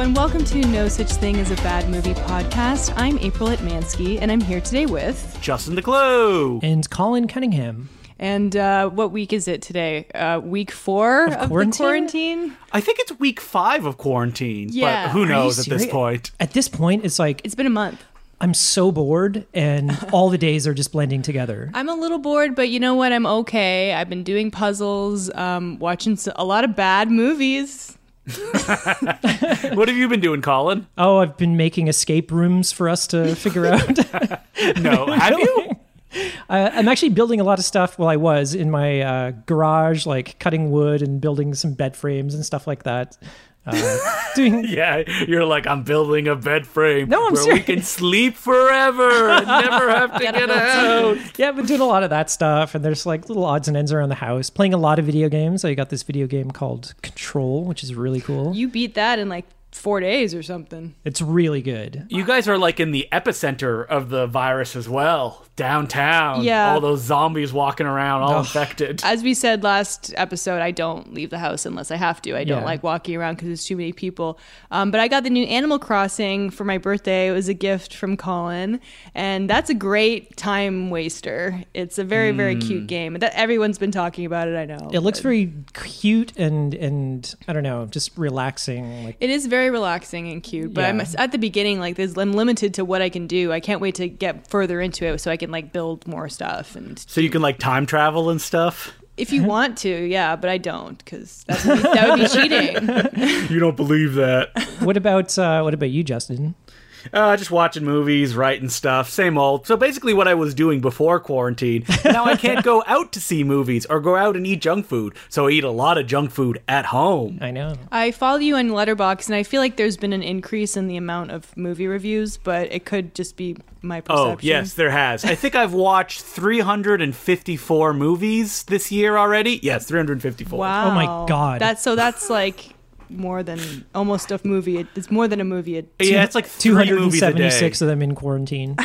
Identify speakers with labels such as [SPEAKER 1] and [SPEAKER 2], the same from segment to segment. [SPEAKER 1] and welcome to No Such Thing as a Bad Movie podcast. I'm April Atmansky, and I'm here today with.
[SPEAKER 2] Justin the Glow.
[SPEAKER 3] and Colin Cunningham.
[SPEAKER 1] And uh, what week is it today? Uh, week four of, the
[SPEAKER 3] quarantine?
[SPEAKER 1] quarantine.
[SPEAKER 2] I think it's week five of quarantine,
[SPEAKER 1] Yeah.
[SPEAKER 2] but who
[SPEAKER 1] Are you
[SPEAKER 2] knows
[SPEAKER 3] Are
[SPEAKER 2] at
[SPEAKER 3] you
[SPEAKER 2] this
[SPEAKER 3] serious?
[SPEAKER 2] point?
[SPEAKER 3] At this point, it's like
[SPEAKER 1] It's been a month.
[SPEAKER 3] I'm so bored, and all the days are just blending together.
[SPEAKER 1] I'm a little bored, but you know what? I'm okay. I've been doing puzzles, um, watching s- a lot of bad movies.
[SPEAKER 2] What have you been doing, Colin?
[SPEAKER 3] Oh, I've been making escape rooms for us to figure out.
[SPEAKER 2] No, have you?
[SPEAKER 3] uh, I'm actually building a lot of stuff. Well, I was in my uh, garage, like cutting wood and building some bed frames and stuff like that. Uh, doing
[SPEAKER 2] Yeah, you're like, I'm building a bed frame
[SPEAKER 3] No, I'm
[SPEAKER 2] where
[SPEAKER 3] serious.
[SPEAKER 2] we can sleep forever and never have to get out.
[SPEAKER 3] yeah, I've been doing a lot of that stuff, and there's like little odds and ends around the house. Playing a lot of video games. I got this video game called Control, which is really cool.
[SPEAKER 1] You beat that in like four days or something.
[SPEAKER 3] It's really good.
[SPEAKER 2] You guys are like in the epicenter of the virus as well, downtown.
[SPEAKER 1] Yeah.
[SPEAKER 2] All those zombies walking around, all
[SPEAKER 3] Ugh.
[SPEAKER 2] infected.
[SPEAKER 1] As we said last episode, I don't leave the house unless I have to. I don't
[SPEAKER 3] Yeah.
[SPEAKER 1] like walking around because there's too many people. Um, but I got the new Animal Crossing for my birthday. It was a gift from Colin, and that's a great time waster. It's a very very cute game. That everyone's been talking about it. I know
[SPEAKER 3] Hmm. It looks
[SPEAKER 1] but-
[SPEAKER 3] very cute and and I don't know, just relaxing. Like
[SPEAKER 1] It is very relaxing and cute, but I'm
[SPEAKER 3] Yeah.
[SPEAKER 1] at the beginning like this. I'm limited to what I can do. I can't wait to get further into it so I can like build more stuff. And
[SPEAKER 2] So you can like time travel and stuff.
[SPEAKER 1] if you want to, yeah, but I don't because that, would be- that would be cheating.
[SPEAKER 2] You don't believe that.
[SPEAKER 3] what about uh, what about you, Justin?
[SPEAKER 2] Uh, just watching movies, writing stuff, same old. So basically, what I was doing before quarantine. Now I can't go out to see movies or go out and eat junk food. So I eat a lot of junk food at home.
[SPEAKER 3] I know.
[SPEAKER 1] I follow you on Letterbox, and I feel like there's been an increase in the amount of movie reviews, but it could just be my perception.
[SPEAKER 2] Oh yes, there has. I think I've watched 354 movies this year already. Yes, 354.
[SPEAKER 1] Wow.
[SPEAKER 3] Oh my God.
[SPEAKER 1] That's so that's like more than almost a movie. It's more than a movie. It,
[SPEAKER 2] Yeah, it's like
[SPEAKER 3] Two
[SPEAKER 2] three
[SPEAKER 3] hundred and
[SPEAKER 2] movies a day.
[SPEAKER 3] seventy-six of them in quarantine.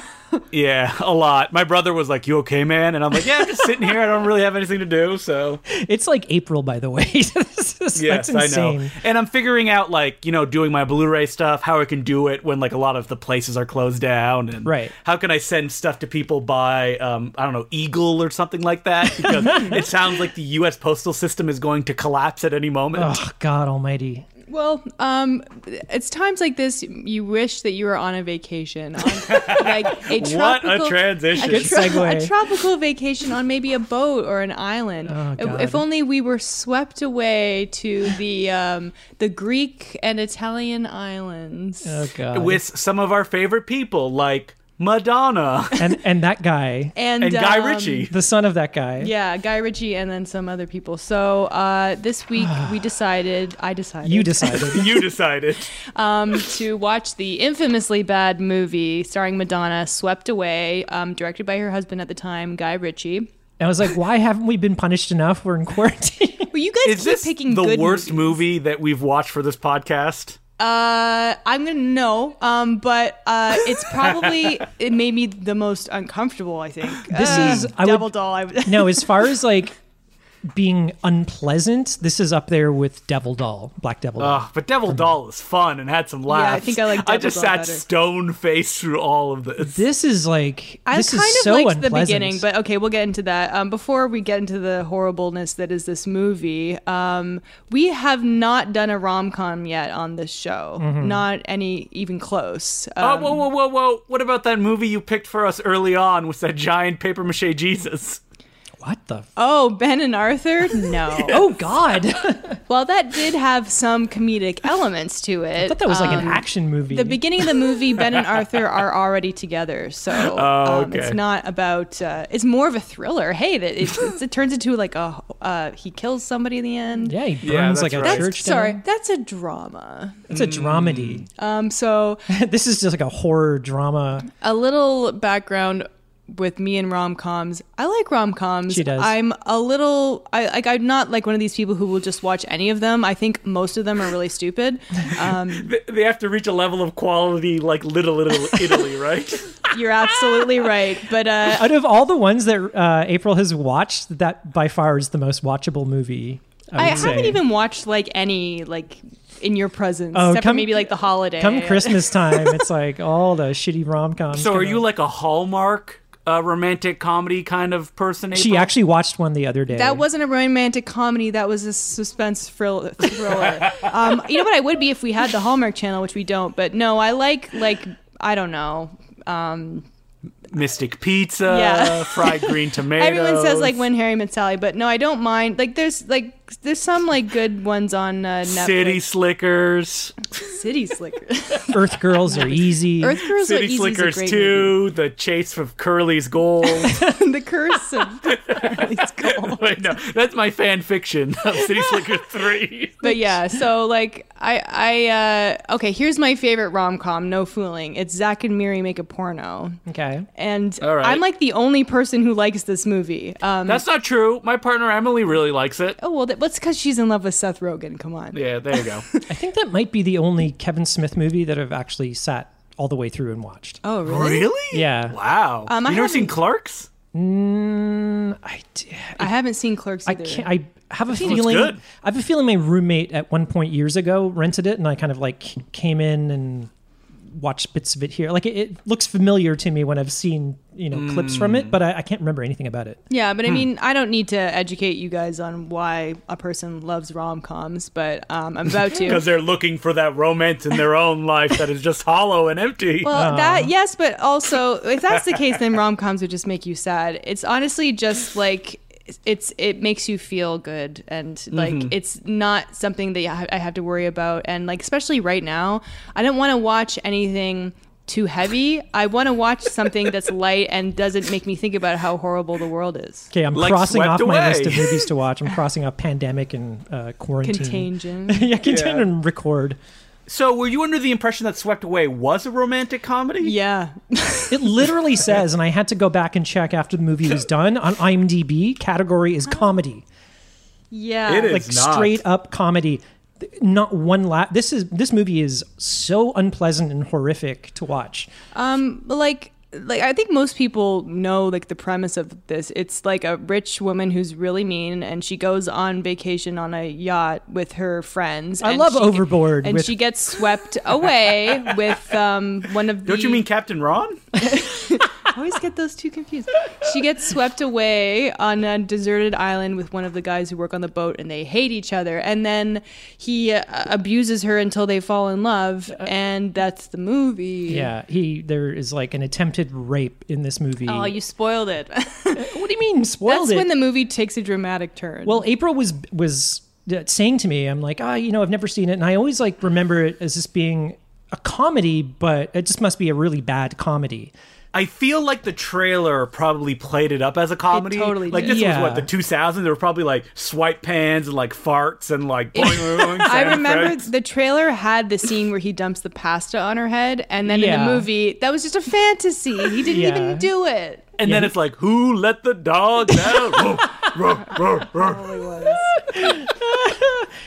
[SPEAKER 2] Yeah, a lot. My brother was like, "You okay, man?" And I'm like, "Yeah, I'm just sitting here. I don't really have anything to do." So
[SPEAKER 3] it's like April, by the way. this is,
[SPEAKER 2] Yes,
[SPEAKER 3] that's
[SPEAKER 2] I
[SPEAKER 3] insane.
[SPEAKER 2] know. And I'm figuring out like, you know, doing my Blu-ray stuff, how I can do it when like a lot of the places are closed down and
[SPEAKER 3] Right.
[SPEAKER 2] how can I send stuff to people by um, I don't know, Eagle or something like that because it sounds like the US postal system is going to collapse at any moment.
[SPEAKER 3] Oh God Almighty!
[SPEAKER 1] Well, um, it's times like this you wish that you were on a vacation, on, like a tropical,
[SPEAKER 2] What a transition.
[SPEAKER 1] a,
[SPEAKER 3] Good segue.
[SPEAKER 1] a tropical vacation on maybe a boat or an island.
[SPEAKER 3] Oh,
[SPEAKER 1] If-
[SPEAKER 3] God.
[SPEAKER 1] if only we were swept away to the um, the Greek and Italian islands.
[SPEAKER 3] Oh God!
[SPEAKER 2] With some of our favorite people like Madonna
[SPEAKER 3] and and that guy,
[SPEAKER 1] and
[SPEAKER 2] and Guy
[SPEAKER 1] um,
[SPEAKER 2] Ritchie.
[SPEAKER 3] the son of that guy.
[SPEAKER 1] Yeah, Guy Ritchie, and then some other people. So uh, this week we decided, I decided,
[SPEAKER 3] You decided.
[SPEAKER 2] you decided.
[SPEAKER 1] um, to watch the infamously bad movie starring Madonna, Swept Away, um, directed by her husband at the time, Guy Ritchie.
[SPEAKER 3] I was like, why haven't we been punished enough? We're in quarantine.
[SPEAKER 1] Well, you guys
[SPEAKER 2] Is
[SPEAKER 1] keep
[SPEAKER 2] this
[SPEAKER 1] picking
[SPEAKER 2] the
[SPEAKER 1] good
[SPEAKER 2] worst
[SPEAKER 1] movies.
[SPEAKER 2] movie that we've watched for this podcast?
[SPEAKER 1] Uh, I'm gonna know, um, but uh, it's probably it made me the most uncomfortable. I think
[SPEAKER 3] This
[SPEAKER 1] Uh,
[SPEAKER 3] is- I would-
[SPEAKER 1] Devil Doll. I would,
[SPEAKER 3] no, as far as like being unpleasant, this is up there with Devil Doll, Black Devil. Doll.
[SPEAKER 2] Ugh, but Devil Doll is fun and had some laughs.
[SPEAKER 1] think I like
[SPEAKER 2] I
[SPEAKER 1] Devil
[SPEAKER 2] just
[SPEAKER 1] Doll
[SPEAKER 2] sat
[SPEAKER 1] better.
[SPEAKER 2] stone faced through all of this.
[SPEAKER 3] This is like
[SPEAKER 1] I
[SPEAKER 3] this
[SPEAKER 1] kind
[SPEAKER 3] is
[SPEAKER 1] of
[SPEAKER 3] so
[SPEAKER 1] liked
[SPEAKER 3] unpleasant.
[SPEAKER 1] the beginning, but okay, we'll get into that. Um, before we get into the horribleness that is this movie, um, we have not done a rom com yet on this show.
[SPEAKER 3] Mm-hmm.
[SPEAKER 1] Not any even close.
[SPEAKER 2] Oh,
[SPEAKER 1] Um,
[SPEAKER 2] whoa, whoa, whoa, whoa. What about that movie you picked for us early on with that giant paper mache Jesus?
[SPEAKER 3] what the? F-
[SPEAKER 1] oh, Ben and Arthur? No.
[SPEAKER 3] oh God!
[SPEAKER 1] Well, that did have some comedic elements to it.
[SPEAKER 3] I thought that was like an
[SPEAKER 1] Um,
[SPEAKER 3] action movie.
[SPEAKER 1] The beginning of the movie, Ben and Arthur are already together, so
[SPEAKER 2] Oh,
[SPEAKER 1] um, it's
[SPEAKER 2] okay.
[SPEAKER 1] not about. Uh, it's more of a thriller. Hey, that it, it's, it turns into like a uh, he kills somebody in the end.
[SPEAKER 3] yeah, he burns
[SPEAKER 2] Yeah, that's
[SPEAKER 3] like a
[SPEAKER 2] right.
[SPEAKER 1] That's
[SPEAKER 3] church.
[SPEAKER 1] sorry.
[SPEAKER 3] down.
[SPEAKER 1] That's a drama.
[SPEAKER 3] it's a dramedy.
[SPEAKER 1] Um, so
[SPEAKER 2] Mm.
[SPEAKER 3] this is just like a horror drama.
[SPEAKER 1] a little background with me and rom coms. I like rom coms.
[SPEAKER 3] She does.
[SPEAKER 1] I'm a little. I like. I'm not like one of these people who will just watch any of them. I think most of them are really stupid. Um,
[SPEAKER 2] They- They have to reach a level of quality like Little Italy, Italy right?
[SPEAKER 1] you're absolutely right. But uh,
[SPEAKER 3] Out of all the ones that uh, April has watched, that by far is the most watchable movie.
[SPEAKER 1] I
[SPEAKER 3] I, would say.
[SPEAKER 1] haven't even watched like any like in your presence,
[SPEAKER 3] Oh,
[SPEAKER 1] except
[SPEAKER 3] come-
[SPEAKER 1] for maybe like the holiday.
[SPEAKER 3] Come Christmas time, it's like all the shitty rom coms.
[SPEAKER 2] So are you like a Hallmark uh, romantic comedy kind of person?
[SPEAKER 3] She
[SPEAKER 2] April?
[SPEAKER 3] actually watched one the other day.
[SPEAKER 1] That wasn't a romantic comedy. That was a suspense thrill- thriller. um, you know what I would be if we had the Hallmark Channel, which we don't. But no, I like like I don't know. Um,
[SPEAKER 2] Mystic Pizza,
[SPEAKER 1] Yeah.
[SPEAKER 2] fried green tomatoes.
[SPEAKER 1] everyone says like When Harry Met Sally, but no, I don't mind. Like there's like there's some like good ones on uh, Netflix.
[SPEAKER 2] City Slickers,
[SPEAKER 1] City Slickers.
[SPEAKER 3] Earth Girls are easy.
[SPEAKER 1] Earth Girls are
[SPEAKER 2] City
[SPEAKER 1] easy is a
[SPEAKER 2] Slickers
[SPEAKER 1] great
[SPEAKER 2] Two, The Chase of Curly's Gold.
[SPEAKER 1] movie. the curse of Curly's Gold.
[SPEAKER 2] Wait, no, that's my fan fiction of City Slickers Three.
[SPEAKER 1] but yeah, so like I I uh okay, here's my favorite rom com, no fooling. It's Zach and Miri make a porno.
[SPEAKER 3] Okay.
[SPEAKER 1] And
[SPEAKER 2] All right.
[SPEAKER 1] I'm like the only person who likes this movie. Um
[SPEAKER 2] That's not true. My partner Emily really likes it.
[SPEAKER 1] oh well that, that's because she's in love with Seth Rogen, come on.
[SPEAKER 2] Yeah, there you go.
[SPEAKER 3] I think that might be the only Kevin Smith movie that I've actually sat all the way through and watched.
[SPEAKER 1] Oh really?
[SPEAKER 2] really?
[SPEAKER 3] Yeah.
[SPEAKER 2] Wow.
[SPEAKER 1] Um, I
[SPEAKER 2] you never seen
[SPEAKER 1] haven't-
[SPEAKER 2] Clerks?
[SPEAKER 3] Mm, I, d-
[SPEAKER 1] I haven't seen Clerks
[SPEAKER 3] I
[SPEAKER 1] either.
[SPEAKER 3] can't. I have a
[SPEAKER 2] it's
[SPEAKER 3] feeling.
[SPEAKER 2] good.
[SPEAKER 3] I have a feeling my roommate at one point years ago rented it, and I kind of like came in and watched bits of it here. Like it, it looks familiar to me when I've seen you know clips from
[SPEAKER 2] Mm.
[SPEAKER 3] it, but I, I can't remember anything about it.
[SPEAKER 1] yeah, but I mean, I don't need to educate you guys on why a person loves rom coms, but um, I'm about to.
[SPEAKER 2] Because they're looking for that romance in their own life that is just hollow and empty.
[SPEAKER 1] Well, that yes, but also if that's the case, then rom coms would just make you sad. It's honestly just like it's it makes you feel good and like it's not something that I ha- I have to worry about and like especially right now I don't want to watch anything too heavy I want to watch something that's light and doesn't make me think about how horrible the world is
[SPEAKER 3] Okay, I'm
[SPEAKER 2] Like
[SPEAKER 3] crossing
[SPEAKER 2] Swept
[SPEAKER 3] off my
[SPEAKER 2] Away.
[SPEAKER 3] list of movies to watch. I'm crossing off pandemic and uh, quarantine.
[SPEAKER 1] contagion
[SPEAKER 3] yeah, contain
[SPEAKER 2] Yeah.
[SPEAKER 3] and record.
[SPEAKER 2] so, were you under the impression that Swept Away was a romantic comedy?
[SPEAKER 1] yeah
[SPEAKER 3] It literally says, and I had to go back and check after the movie was done on IMDb. Category is comedy.
[SPEAKER 1] yeah
[SPEAKER 2] It is.
[SPEAKER 3] like
[SPEAKER 2] It's not.
[SPEAKER 3] straight up comedy. Th- Not one la This is this movie is so unpleasant and horrific to watch.
[SPEAKER 1] Um, but like like I think most people know like the premise of this. It's like a rich woman who's really mean and she goes on vacation on a yacht with her friends.
[SPEAKER 3] I
[SPEAKER 1] and
[SPEAKER 3] love
[SPEAKER 1] she-
[SPEAKER 3] Overboard
[SPEAKER 1] And
[SPEAKER 3] with-
[SPEAKER 1] she gets swept away with um one of the
[SPEAKER 2] Don't you mean Captain Ron?
[SPEAKER 1] I always get those two confused. She gets swept away on a deserted island with one of the guys who work on the boat and they hate each other and then he uh, abuses her until they fall in love and that's the movie.
[SPEAKER 3] Yeah, he there is like an attempted rape in this movie.
[SPEAKER 1] Oh, you spoiled it.
[SPEAKER 3] what do you mean spoiled
[SPEAKER 1] That's
[SPEAKER 3] it?
[SPEAKER 1] when the movie takes a dramatic turn.
[SPEAKER 3] well, April was was uh, saying to me, I'm like, ah, you know, I've never seen it, and I always like remember it as just being a comedy, but it just must be a really bad comedy.
[SPEAKER 2] I feel like the trailer probably played it up as a comedy.
[SPEAKER 1] totally
[SPEAKER 2] like
[SPEAKER 1] did.
[SPEAKER 2] this
[SPEAKER 3] Yeah.
[SPEAKER 2] was what the 2000s. There were probably like swipe pans and like farts and like. boing, boing, boing,
[SPEAKER 1] I
[SPEAKER 2] sound
[SPEAKER 1] remember
[SPEAKER 2] effects.
[SPEAKER 1] the trailer had the scene where he dumps the pasta on her head, and then in
[SPEAKER 3] Yeah.
[SPEAKER 1] the movie, that was just a fantasy. He didn't
[SPEAKER 3] Yeah.
[SPEAKER 1] even do it.
[SPEAKER 2] And then it's like, who let the dogs out? Roar, roar, roar, roar.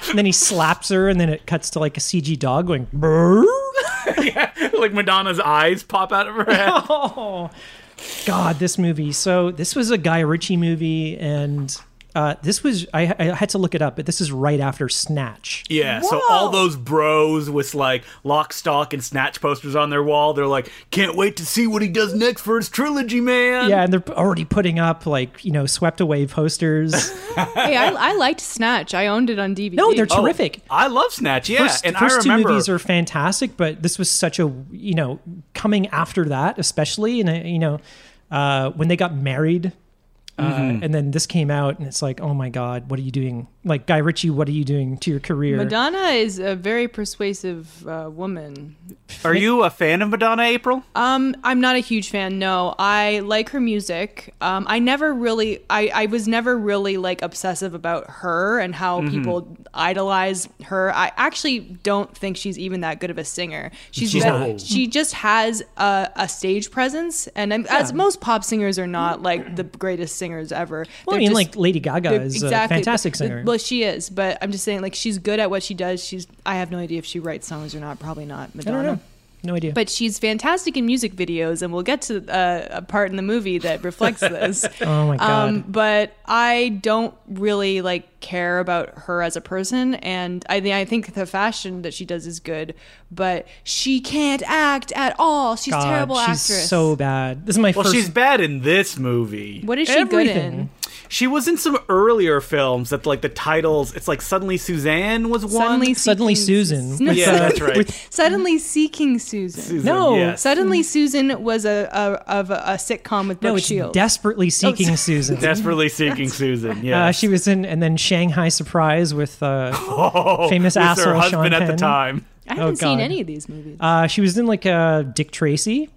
[SPEAKER 3] And then he slaps her, and then it cuts to like a CG dog going. "Brrr."
[SPEAKER 2] like Madonna's eyes pop out of her head.
[SPEAKER 3] Oh, God, this movie. So this was a Guy Ritchie movie, and uh, this was I, I had to look it up, but this is right after Snatch.
[SPEAKER 2] Yeah, so all those bros with like lock, stock, and snatch posters on their wall, they're like, can't wait to see what he does next for his trilogy, man.
[SPEAKER 3] Yeah, and they're already putting up like you know swept away posters.
[SPEAKER 1] Hey, I, I liked Snatch. I owned it on DVD.
[SPEAKER 3] No, they're
[SPEAKER 2] Oh,
[SPEAKER 3] terrific.
[SPEAKER 2] I love Snatch, yeah.
[SPEAKER 3] First,
[SPEAKER 2] and
[SPEAKER 3] first
[SPEAKER 2] I remember,
[SPEAKER 3] two movies are fantastic, but this was such a you know coming after that, especially and uh, you know uh, when they got married, uh,
[SPEAKER 2] Mm-hmm.
[SPEAKER 3] and then this came out, and it's like, oh my God, what are you doing? Like Guy Ritchie, what are you doing to your career?
[SPEAKER 1] Madonna is a very persuasive uh, woman.
[SPEAKER 2] are you a fan of Madonna, April?
[SPEAKER 3] Uh,
[SPEAKER 1] Um, I'm not a huge fan. No, I like her music. Um, I never really, I, I was never really like obsessive about her and how
[SPEAKER 3] Mm-hmm.
[SPEAKER 1] people idolize her. I actually don't think she's even that good of a singer. She's,
[SPEAKER 3] She's
[SPEAKER 1] bet-
[SPEAKER 3] not.
[SPEAKER 1] she just has a, a stage presence, and I'm- as most pop singers are not like the greatest singers ever.
[SPEAKER 3] Well,
[SPEAKER 1] They're
[SPEAKER 3] I mean,
[SPEAKER 1] just-
[SPEAKER 3] like Lady Gaga
[SPEAKER 1] they're-
[SPEAKER 3] is
[SPEAKER 1] exactly-
[SPEAKER 3] a fantastic singer.
[SPEAKER 1] Well, she is, but I'm just saying, like, she's good at what she does. She's, I have no idea if she writes songs or not. Probably not. Madonna.
[SPEAKER 3] know. No idea.
[SPEAKER 1] But she's fantastic in music videos, and we'll get to uh, a part in the movie that reflects this.
[SPEAKER 3] oh my god.
[SPEAKER 1] Um, but I don't really like care about her as a person, and I thi- I think the fashion that she does is good, but she can't act at all. She's
[SPEAKER 3] God,
[SPEAKER 1] terrible
[SPEAKER 3] she's
[SPEAKER 1] actress.
[SPEAKER 3] so bad. This is my
[SPEAKER 2] Well,
[SPEAKER 3] first.
[SPEAKER 2] she's bad in this movie.
[SPEAKER 1] what is she good in?
[SPEAKER 3] everything.
[SPEAKER 2] She was in some earlier films that like the titles. It's like suddenly Suzanne was one.
[SPEAKER 1] Suddenly,
[SPEAKER 3] Suddenly
[SPEAKER 1] seeking
[SPEAKER 3] Susan.
[SPEAKER 1] Sus-
[SPEAKER 2] Yeah, that's right.
[SPEAKER 3] with-
[SPEAKER 1] Suddenly seeking Susan.
[SPEAKER 2] Susan,
[SPEAKER 3] No.
[SPEAKER 2] yes.
[SPEAKER 1] Suddenly Susan was a, a of a, a sitcom with Brooke
[SPEAKER 3] no, it's
[SPEAKER 1] Shields. Oh,
[SPEAKER 3] desperately seeking Susan.
[SPEAKER 2] desperately seeking Susan. Yeah,
[SPEAKER 3] Uh, she was in, and then Shanghai Surprise with uh,
[SPEAKER 2] oh,
[SPEAKER 3] famous
[SPEAKER 2] with
[SPEAKER 3] asshole
[SPEAKER 2] her husband
[SPEAKER 3] Sean
[SPEAKER 2] at the
[SPEAKER 3] Penn.
[SPEAKER 2] time.
[SPEAKER 1] I haven't seen
[SPEAKER 3] Oh, God.
[SPEAKER 1] any of these movies.
[SPEAKER 3] uh, she was in like uh, Dick Tracy.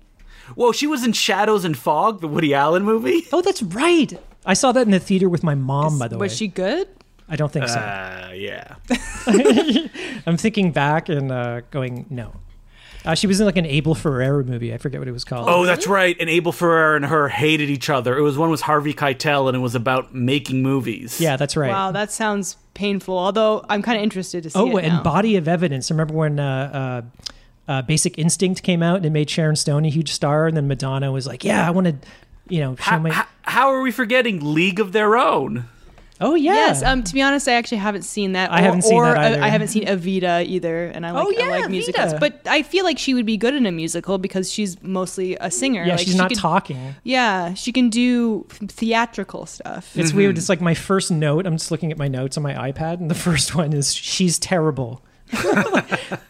[SPEAKER 2] Whoa, she was in Shadows and Fog, the Woody Allen movie.
[SPEAKER 3] Oh, that's right. I saw that in the theater with my mom. By the
[SPEAKER 1] was
[SPEAKER 3] way,
[SPEAKER 1] she good?
[SPEAKER 3] I don't think so.
[SPEAKER 2] Uh, yeah. Uh.
[SPEAKER 3] I'm thinking back and uh, going no. Uh, she was in like an Abel Ferrara movie. I forget what it was called.
[SPEAKER 2] Oh, that's right. And Abel Ferrara and her hated each other. It was one was Harvey Keitel, and it was about making movies.
[SPEAKER 3] yeah, that's right.
[SPEAKER 1] Wow, that sounds painful. Although I'm kind of interested to see.
[SPEAKER 3] Oh,
[SPEAKER 1] it
[SPEAKER 3] and
[SPEAKER 1] now.
[SPEAKER 3] Body of Evidence. Remember when uh, uh, uh, Basic Instinct came out and it made Sharon Stone a huge star, and then Madonna was like, "Yeah, I want to, you know, show
[SPEAKER 2] How,
[SPEAKER 3] my."
[SPEAKER 2] how, how are we forgetting League of Their Own?
[SPEAKER 3] oh yeah.
[SPEAKER 1] Yes. Um. To be honest, I actually haven't seen that.
[SPEAKER 3] I
[SPEAKER 1] or-
[SPEAKER 3] haven't seen
[SPEAKER 1] or,
[SPEAKER 3] that
[SPEAKER 1] uh,
[SPEAKER 3] either.
[SPEAKER 1] I haven't seen Evita either, and I like,
[SPEAKER 3] Oh,
[SPEAKER 1] I
[SPEAKER 3] yeah,
[SPEAKER 1] like musicals.
[SPEAKER 3] Evita.
[SPEAKER 1] But I feel like she would be good in a musical because she's mostly a singer.
[SPEAKER 3] yeah,
[SPEAKER 1] like,
[SPEAKER 3] she's
[SPEAKER 1] she
[SPEAKER 3] not
[SPEAKER 1] could-
[SPEAKER 3] talking.
[SPEAKER 1] Yeah, she can do theatrical stuff.
[SPEAKER 3] It's
[SPEAKER 2] Mm-hmm.
[SPEAKER 3] weird. It's like my first note. I'm just looking at my notes on my iPad, and the first one is she's terrible.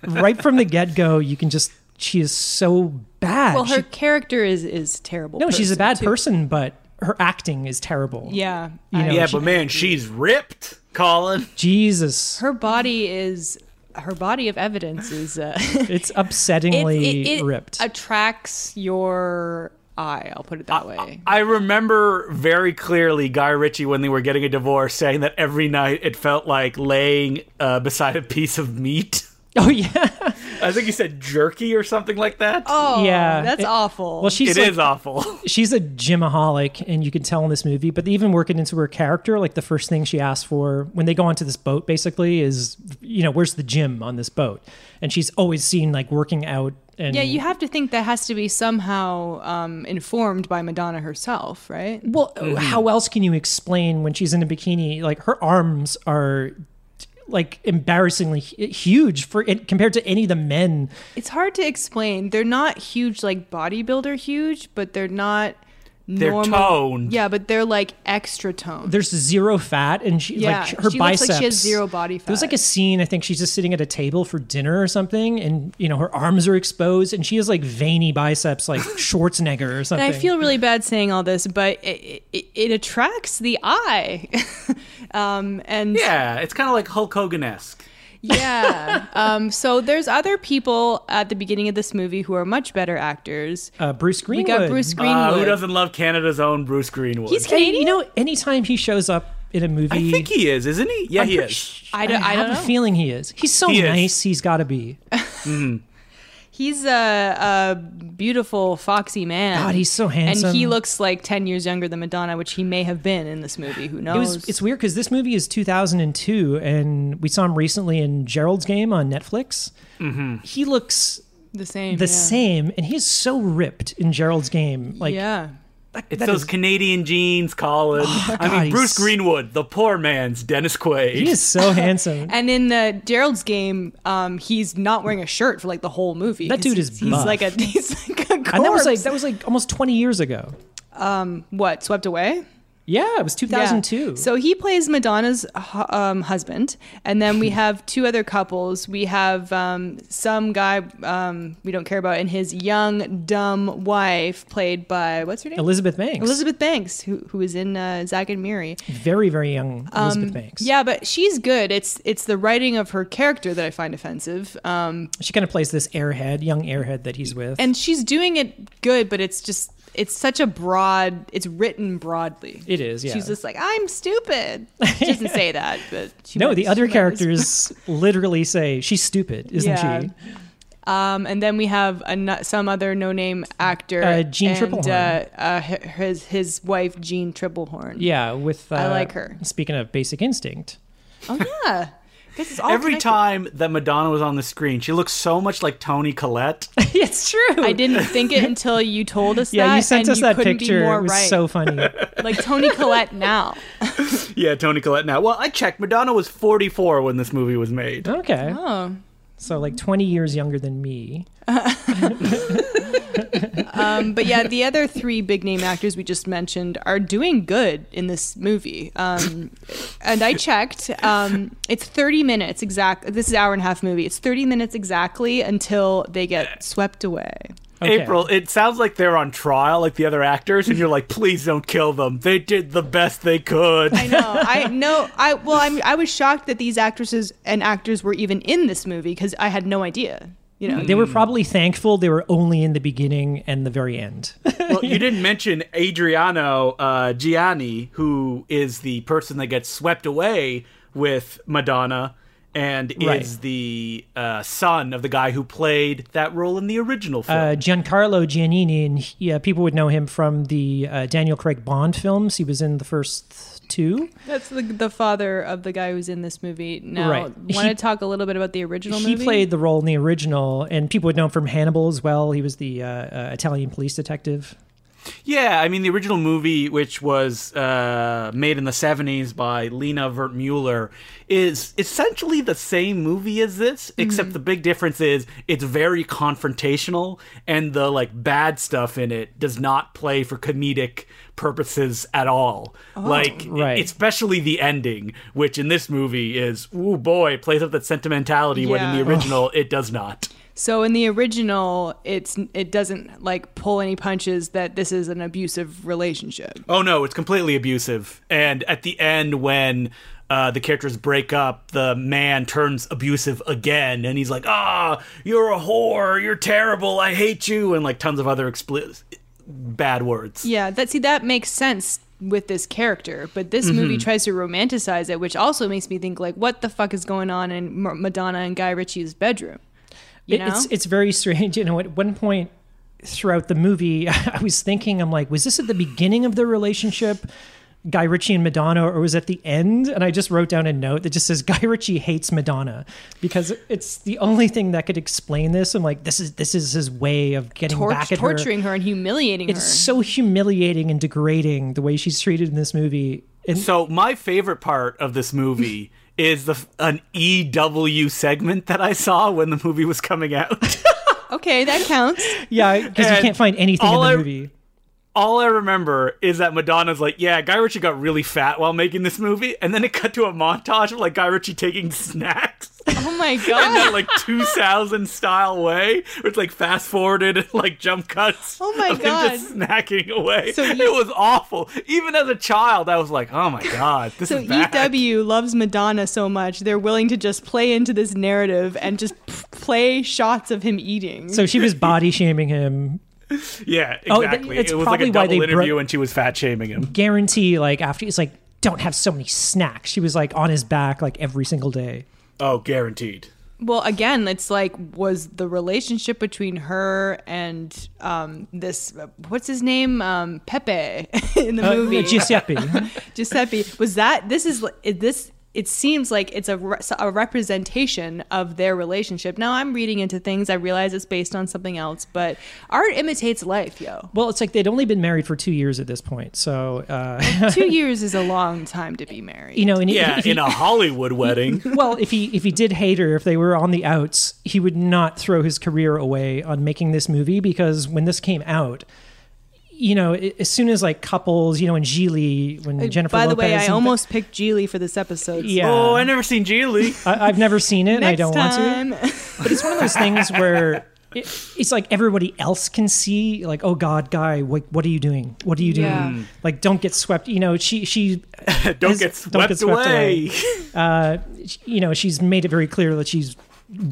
[SPEAKER 3] right from the get go, you can just she is so bad.
[SPEAKER 1] Well, her
[SPEAKER 3] She-
[SPEAKER 1] character is is terrible.
[SPEAKER 3] no, she's a bad
[SPEAKER 1] too.
[SPEAKER 3] person, but her acting is terrible.
[SPEAKER 1] Yeah.
[SPEAKER 3] You
[SPEAKER 1] I-
[SPEAKER 3] know,
[SPEAKER 2] Yeah,
[SPEAKER 3] she-
[SPEAKER 2] but man, she's ripped, Colin.
[SPEAKER 3] Jesus,
[SPEAKER 1] her body is her body of evidence is uh,
[SPEAKER 3] it's
[SPEAKER 1] it-
[SPEAKER 3] upsettingly
[SPEAKER 1] it- it
[SPEAKER 3] ripped.
[SPEAKER 1] Attracts your eye. I'll put it
[SPEAKER 3] Uh,
[SPEAKER 1] that way.
[SPEAKER 2] I remember very clearly Guy Ritchie when they were getting a divorce saying that every night it felt like laying uh, beside a piece of meat.
[SPEAKER 3] oh yeah.
[SPEAKER 2] I think he said jerky or something like that.
[SPEAKER 1] Oh,
[SPEAKER 3] Yeah,
[SPEAKER 1] that's
[SPEAKER 3] it-
[SPEAKER 1] awful.
[SPEAKER 3] Well,
[SPEAKER 2] It
[SPEAKER 3] she's
[SPEAKER 2] is
[SPEAKER 3] like,
[SPEAKER 2] awful.
[SPEAKER 3] she's a gymaholic, and you can tell in this movie. But even working into her character, like the first thing she asks for when they go onto this boat, basically, is you know, where's the gym on this boat? And she's always seen like working out. And
[SPEAKER 1] yeah, you have to think that has to be somehow um, informed by Madonna herself, right?
[SPEAKER 3] Well, how else can you explain when she's in a bikini? Like her arms are like embarrassingly hu- huge for it compared to any of the men.
[SPEAKER 1] It's hard to explain. They're not huge, like bodybuilder huge, but they're not.
[SPEAKER 2] They're
[SPEAKER 1] normal.
[SPEAKER 2] toned.
[SPEAKER 1] Yeah, but they're like extra toned.
[SPEAKER 3] There's zero fat, and she
[SPEAKER 1] Yeah,
[SPEAKER 3] like her
[SPEAKER 1] she looks like
[SPEAKER 3] biceps.
[SPEAKER 1] she has zero body
[SPEAKER 3] There was
[SPEAKER 1] fat.
[SPEAKER 3] like a scene. I think she's just sitting at a table for dinner or something, and you know her arms are exposed, and she has like veiny biceps, like Schwarzenegger or
[SPEAKER 1] and
[SPEAKER 3] something.
[SPEAKER 1] I feel really bad saying all this, but it, it, it attracts the eye. um, and
[SPEAKER 2] yeah, it's kind of like Hulk Hogan esque.
[SPEAKER 1] yeah. um, so there's other people at the beginning of this movie who are much better actors.
[SPEAKER 3] uh, Bruce
[SPEAKER 1] we
[SPEAKER 3] Greenwood.
[SPEAKER 1] got Bruce Greenwood.
[SPEAKER 2] Uh, who doesn't love Canada's own Bruce Greenwood?
[SPEAKER 1] He's
[SPEAKER 3] Hey,
[SPEAKER 1] Canadian.
[SPEAKER 3] you know, anytime he shows up in a movie,
[SPEAKER 2] I think he is, isn't he? Yeah,
[SPEAKER 3] I'm
[SPEAKER 2] he
[SPEAKER 3] pretty
[SPEAKER 2] is.
[SPEAKER 3] sh-
[SPEAKER 1] I don't- I
[SPEAKER 3] have
[SPEAKER 1] don't
[SPEAKER 3] a
[SPEAKER 1] know.
[SPEAKER 3] feeling he is. He's so
[SPEAKER 2] He is.
[SPEAKER 3] nice. He's got to be.
[SPEAKER 1] He's a, a beautiful, foxy man.
[SPEAKER 3] God, he's so handsome.
[SPEAKER 1] And he looks like 10 years younger than Madonna, which he may have been in this movie. Who knows?
[SPEAKER 3] It was. It's weird because this movie is 2002, and we saw him recently in Gerald's Game on Netflix. He looks
[SPEAKER 1] the same.
[SPEAKER 3] the
[SPEAKER 1] Mm-hmm. yeah.
[SPEAKER 3] same, and he's so ripped in Gerald's Game. Like
[SPEAKER 1] yeah.
[SPEAKER 2] it's
[SPEAKER 3] that
[SPEAKER 2] those
[SPEAKER 3] is-
[SPEAKER 2] Canadian jeans, Colin. I
[SPEAKER 3] God,
[SPEAKER 2] mean,
[SPEAKER 3] he's-
[SPEAKER 2] Bruce Greenwood, the poor man's Dennis Quaid.
[SPEAKER 3] he is so handsome.
[SPEAKER 1] And in uh, Gerald's game, um, he's not wearing a shirt for like the whole movie.
[SPEAKER 3] That dude
[SPEAKER 1] 'cause
[SPEAKER 3] is
[SPEAKER 1] He's
[SPEAKER 3] buff.
[SPEAKER 1] like a. He's like a corpse.
[SPEAKER 3] And that was like that was like almost 20 years ago.
[SPEAKER 1] what swept away.
[SPEAKER 3] Yeah, it was 2002.
[SPEAKER 1] Yeah. So he plays Madonna's hu- um, husband, and then we have two other couples. We have um, some guy um, we don't care about, and his young dumb wife, played by what's her name,
[SPEAKER 3] Elizabeth Banks,
[SPEAKER 1] Elizabeth Banks, who who is in uh, Zack and Miri.
[SPEAKER 3] very very young Elizabeth Banks.
[SPEAKER 1] Um, Yeah, but she's good. It's it's the writing of her character that I find offensive. Um,
[SPEAKER 3] she kind of plays this airhead, young airhead that he's with.
[SPEAKER 1] and she's doing it good, but it's just it's such a broad. It's written broadly.
[SPEAKER 3] it is. Yeah.
[SPEAKER 1] She's just like I'm stupid. She doesn't say that, but she
[SPEAKER 3] no,
[SPEAKER 1] might-
[SPEAKER 3] the
[SPEAKER 1] she
[SPEAKER 3] other
[SPEAKER 1] might as-
[SPEAKER 3] characters literally say she's stupid, isn't
[SPEAKER 1] Yeah.
[SPEAKER 3] she?
[SPEAKER 1] Um, and then we have a, no- some other no-name actor,
[SPEAKER 3] Uh, Jean
[SPEAKER 1] and,
[SPEAKER 3] Triplehorn.
[SPEAKER 1] Uh, uh, hi- his his wife Jean Triplehorn.
[SPEAKER 3] Yeah, with uh,
[SPEAKER 1] I like her.
[SPEAKER 3] Speaking of Basic Instinct,
[SPEAKER 1] Oh yeah. This is all
[SPEAKER 2] Every
[SPEAKER 1] connected.
[SPEAKER 2] time that Madonna was on the screen, she looked so much like Tony Collette.
[SPEAKER 3] it's true.
[SPEAKER 1] I didn't think it until you told us that.
[SPEAKER 3] Yeah, you sent
[SPEAKER 1] and
[SPEAKER 3] us
[SPEAKER 1] you
[SPEAKER 3] that
[SPEAKER 1] couldn't
[SPEAKER 3] picture.
[SPEAKER 1] Be more
[SPEAKER 3] It was
[SPEAKER 1] right.
[SPEAKER 3] so funny.
[SPEAKER 1] like Tony Collette now.
[SPEAKER 2] yeah, Tony Collette now. Well, I checked. Madonna was 44 when this movie was made.
[SPEAKER 3] Okay.
[SPEAKER 1] Oh,
[SPEAKER 3] So like 20 years younger than me.
[SPEAKER 1] um, but yeah, the other three big name actors we just mentioned are doing good in this movie. Um, and I checked; um, it's thirty minutes exact. This is hour and a half movie. It's thirty minutes exactly until they get swept away.
[SPEAKER 3] Okay.
[SPEAKER 2] April, it sounds like they're on trial like the other actors, and you're like, please don't kill them. They did the best they could.
[SPEAKER 1] I know. I know. I well, I'm, I was shocked that these actresses and actors were even in this movie because I had no idea. You know,
[SPEAKER 3] They were probably thankful they were only in the beginning and the very end.
[SPEAKER 2] well, you didn't mention Adriano uh, Gianni, who is the person that gets swept away with Madonna and
[SPEAKER 3] Right.
[SPEAKER 2] is the uh, son of the guy who played that role in the original film.
[SPEAKER 3] Uh, Giancarlo Giannini, and he- yeah, people would know him from the uh, Daniel Craig Bond films. He was in the first two.
[SPEAKER 1] That's the, the father of the guy who's in this movie. Now,
[SPEAKER 3] Right.
[SPEAKER 1] want
[SPEAKER 3] He-
[SPEAKER 1] to talk a little bit about the original
[SPEAKER 3] He
[SPEAKER 1] movie?
[SPEAKER 3] played the role in the original, and people would know him from Hannibal as well. He was the uh, uh, Italian police detective.
[SPEAKER 2] yeah, I mean, the original movie, which was uh, made in the 70s by Lena Vertmuller, is essentially the same movie as this, except the big difference is it's very confrontational, and the like bad stuff in it does not play for comedic purposes at all. like,
[SPEAKER 3] Right.
[SPEAKER 2] especially the ending, which in this movie is, ooh boy, plays up that sentimentality when in
[SPEAKER 1] Yeah.
[SPEAKER 2] the original it does not.
[SPEAKER 1] So in the original, it's it doesn't like pull any punches that this is an abusive relationship.
[SPEAKER 2] Oh no, it's completely abusive. And at the end, when uh, the characters break up, the man turns abusive again, and he's like, "Ah, you're a whore. You're terrible. I hate you," and like tons of other expli- bad words.
[SPEAKER 1] Yeah, that see that makes sense with this character, but this movie tries to romanticize it, which also makes me think like, what the fuck is going on in Ma- Madonna and Guy Ritchie's bedroom? You
[SPEAKER 3] It-
[SPEAKER 1] know,
[SPEAKER 3] It's it's very strange. You know, at one point throughout the movie, I was thinking, I'm like, was this at the beginning of their relationship, Guy Ritchie and Madonna, or was it at the end? And I just wrote down a note that just says Guy Ritchie hates Madonna because it's the only thing that could explain this. I'm like, this is this is his way of getting
[SPEAKER 1] Tor-
[SPEAKER 3] back at her.
[SPEAKER 1] torturing her. and humiliating
[SPEAKER 3] It's
[SPEAKER 1] her.
[SPEAKER 3] so humiliating and degrading the way she's treated in this movie. And
[SPEAKER 2] So my favorite part of this movie is the f- an EW segment that I saw when the movie was coming out.
[SPEAKER 1] okay, that counts.
[SPEAKER 3] yeah, because you
[SPEAKER 2] And
[SPEAKER 3] can't find anything in
[SPEAKER 2] all
[SPEAKER 3] the
[SPEAKER 2] I-
[SPEAKER 3] movie.
[SPEAKER 2] All I remember is that Madonna's like, "Yeah, Guy Ritchie got really fat while making this movie," and then it cut to a montage of like Guy Ritchie taking snacks.
[SPEAKER 1] Oh my
[SPEAKER 2] in that
[SPEAKER 1] god.
[SPEAKER 2] like 2000 style way where it's like fast forwarded like jump cuts
[SPEAKER 1] Oh my
[SPEAKER 2] of him just snacking away
[SPEAKER 1] So
[SPEAKER 2] it
[SPEAKER 1] you-
[SPEAKER 2] was awful even as a child i was like oh my god this
[SPEAKER 1] So E
[SPEAKER 2] is bad
[SPEAKER 1] EW loves Madonna so much they're willing to just play into this narrative and just p- play shots of him eating.
[SPEAKER 3] So she was body shaming him
[SPEAKER 2] yeah
[SPEAKER 3] Oh, th-
[SPEAKER 2] exactly
[SPEAKER 3] it's
[SPEAKER 2] it was like a
[SPEAKER 3] probably why
[SPEAKER 2] double
[SPEAKER 3] they bro-
[SPEAKER 2] interview and she was fat shaming him
[SPEAKER 3] guarantee like after he's like don't have so many snacks she was like on his back like every single day
[SPEAKER 2] oh guaranteed
[SPEAKER 1] well, again, it's like was the relationship between her and um, this what's his name um, Pepe in the
[SPEAKER 3] Uh,
[SPEAKER 1] movie
[SPEAKER 3] giuseppe
[SPEAKER 1] Giuseppe was that this is is this it seems like it's a, re- a representation of their relationship. Now I'm reading into things. I realize it's based on something else, but art imitates life, yo.
[SPEAKER 3] well it's like they'd only been married for two years at this point so uh
[SPEAKER 1] Two years is a long time to be married.
[SPEAKER 3] you know and
[SPEAKER 2] yeah
[SPEAKER 3] if he,
[SPEAKER 2] in a hollywood wedding
[SPEAKER 3] well if he if he did hate her if they were on the outs he would not throw his career away on making this movie because when this came out you know i- as soon as like couples you know in Gigli when jennifer
[SPEAKER 1] Uh, By the way,
[SPEAKER 3] Lopez
[SPEAKER 1] I
[SPEAKER 3] and-
[SPEAKER 1] almost picked Geely for this episode. so
[SPEAKER 3] yeah
[SPEAKER 2] oh i never seen Geely.
[SPEAKER 3] I, i've never seen it and i
[SPEAKER 1] next
[SPEAKER 3] don't want to
[SPEAKER 1] time.
[SPEAKER 3] but it's one of those things where it, it's like everybody else can see like oh god guy what, what are you doing what are you doing Mm.
[SPEAKER 1] Yeah.
[SPEAKER 3] like don't get swept you know she she
[SPEAKER 2] don't
[SPEAKER 3] has-
[SPEAKER 2] get swept, away,
[SPEAKER 3] uh she- you know she's made it very clear that she's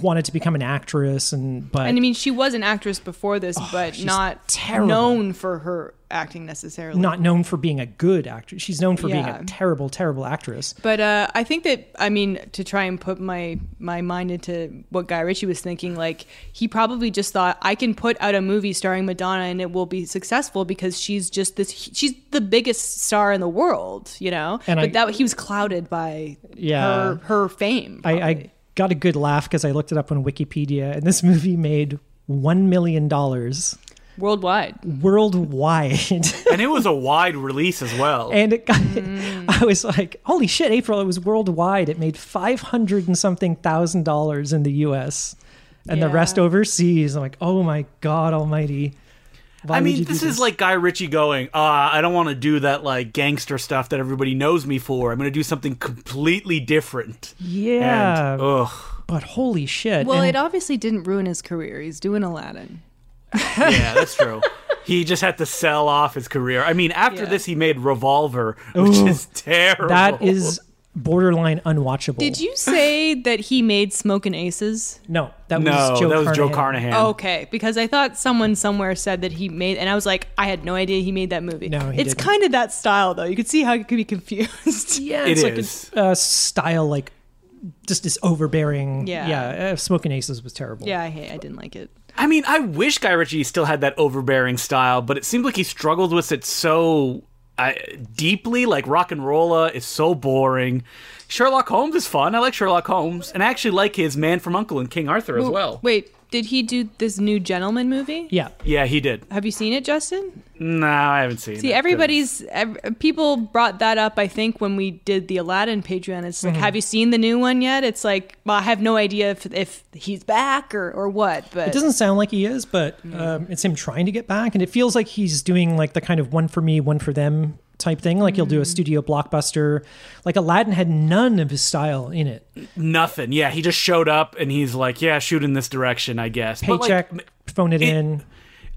[SPEAKER 3] wanted to become an actress and but
[SPEAKER 1] And I mean, she was an actress before this, but not
[SPEAKER 3] terrible.
[SPEAKER 1] known for her acting necessarily.
[SPEAKER 3] not known for being a good actress. She's known for being
[SPEAKER 1] Yeah.
[SPEAKER 3] a terrible, terrible actress.
[SPEAKER 1] But uh, I think that I mean to try and put my my mind into what Guy Ritchie was thinking. Like he probably just thought I can put out a movie starring Madonna and it will be successful because she's just this. She's the biggest star in the world, you know.
[SPEAKER 3] And
[SPEAKER 1] but
[SPEAKER 3] I-
[SPEAKER 1] that he was clouded by
[SPEAKER 3] Yeah.
[SPEAKER 1] her her fame.
[SPEAKER 3] I, I
[SPEAKER 1] probably.
[SPEAKER 3] got a good laugh because I looked it up on Wikipedia, and this movie made one million dollars
[SPEAKER 1] worldwide.
[SPEAKER 3] worldwide,
[SPEAKER 2] and it was a wide release as well.
[SPEAKER 3] and it got.
[SPEAKER 1] Mm.
[SPEAKER 3] I was like, "Holy shit, April! It was worldwide. It made five hundred and something thousand dollars in the U.S. and the
[SPEAKER 1] Yeah.
[SPEAKER 3] rest overseas." I'm like, "Oh my god, Almighty!" Why
[SPEAKER 2] I
[SPEAKER 3] would
[SPEAKER 2] mean,
[SPEAKER 3] you do
[SPEAKER 2] this, is like Guy Ritchie going, uh, I don't want to do that like gangster stuff that everybody knows me for. I'm going to do something completely different.
[SPEAKER 3] yeah,
[SPEAKER 2] And, oh. ugh.
[SPEAKER 3] but holy shit!
[SPEAKER 1] Well,
[SPEAKER 3] and-
[SPEAKER 1] it obviously didn't ruin his career. He's doing Aladdin.
[SPEAKER 2] Yeah, that's true. he just had to sell off his career. I mean, after
[SPEAKER 1] Yeah.
[SPEAKER 2] this, he made Revolver, which
[SPEAKER 3] Ooh.
[SPEAKER 2] is terrible.
[SPEAKER 3] that is borderline unwatchable.
[SPEAKER 1] Did you say that he made Smoke and Aces?
[SPEAKER 3] No, that
[SPEAKER 2] no,
[SPEAKER 3] was Joe
[SPEAKER 2] that was Joe
[SPEAKER 3] Carnahan.
[SPEAKER 2] Carnahan.
[SPEAKER 3] Oh,
[SPEAKER 1] Okay, because I thought someone somewhere said that he made, and I was like, I had no idea he made that movie.
[SPEAKER 3] No, he
[SPEAKER 1] it's
[SPEAKER 3] didn't.
[SPEAKER 1] kind of that style though. You could see how you could be confused.
[SPEAKER 3] Yeah,
[SPEAKER 2] It
[SPEAKER 3] it's like
[SPEAKER 2] is.
[SPEAKER 3] a uh, style like just this overbearing.
[SPEAKER 1] Yeah.
[SPEAKER 3] yeah. Uh, Smoking Aces was terrible.
[SPEAKER 1] yeah, I hate. I didn't like it.
[SPEAKER 2] I mean, I wish Guy Ritchie still had that overbearing style, but it seemed like he struggled with it so uh, deeply. Like rock and rolla is so boring. Sherlock Holmes is fun. I like Sherlock Holmes, and I actually like his Man from Uncle and King Arthur as well.
[SPEAKER 1] Wait, did he do this new Gentleman movie?
[SPEAKER 3] yeah.
[SPEAKER 2] Yeah, he did.
[SPEAKER 1] Have you seen it, Justin?
[SPEAKER 2] No, I haven't seen. it,
[SPEAKER 1] See,
[SPEAKER 2] 'cause-
[SPEAKER 1] everybody's ev- people brought that up. I think when we did the Aladdin Patreon, it's
[SPEAKER 3] Mm-hmm.
[SPEAKER 1] like, have you seen the new one yet? It's like, well, I have no idea if if he's back or or what. But
[SPEAKER 3] It doesn't sound like he is, but
[SPEAKER 2] Mm.
[SPEAKER 3] um, it's him trying to get back, and it feels like he's doing like the kind of one for me, one for them type thing. Like he'll do
[SPEAKER 2] Mm.
[SPEAKER 3] a studio blockbuster. Like Aladdin had none of his style in it.
[SPEAKER 2] nothing. Yeah, he just showed up and he's like, "Yeah, shoot in this direction, I guess." But, like,
[SPEAKER 3] Paycheck, phone it,
[SPEAKER 2] it-
[SPEAKER 3] in.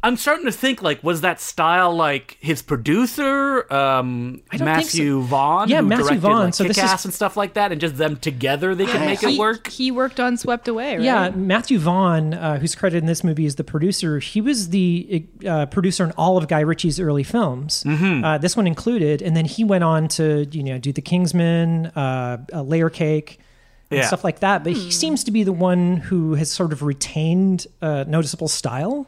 [SPEAKER 2] I'm starting to think like, was that style like his producer, um,
[SPEAKER 3] don't think
[SPEAKER 2] Matthew Vaughn?
[SPEAKER 3] Yeah,
[SPEAKER 2] who
[SPEAKER 3] Matthew
[SPEAKER 2] directed,
[SPEAKER 3] Vaughn,
[SPEAKER 2] Like,
[SPEAKER 3] so this
[SPEAKER 2] Kick-Ass
[SPEAKER 3] is-
[SPEAKER 2] and stuff like that, and just them together, they can make
[SPEAKER 1] he,
[SPEAKER 2] it work.
[SPEAKER 1] He worked on Swept Away, right?
[SPEAKER 3] Yeah, Matthew Vaughn, uh, who's credited in this movie as the producer, he was the uh, producer on all of Guy Ritchie's early films,
[SPEAKER 2] Mm-hmm.
[SPEAKER 3] uh, this one included. And then he went on to, you know, do The Kingsman, uh, uh, Layer Cake, and
[SPEAKER 2] Yeah.
[SPEAKER 3] stuff like that. But
[SPEAKER 1] Hmm.
[SPEAKER 3] he seems to be the one who has sort of retained uh, noticeable style.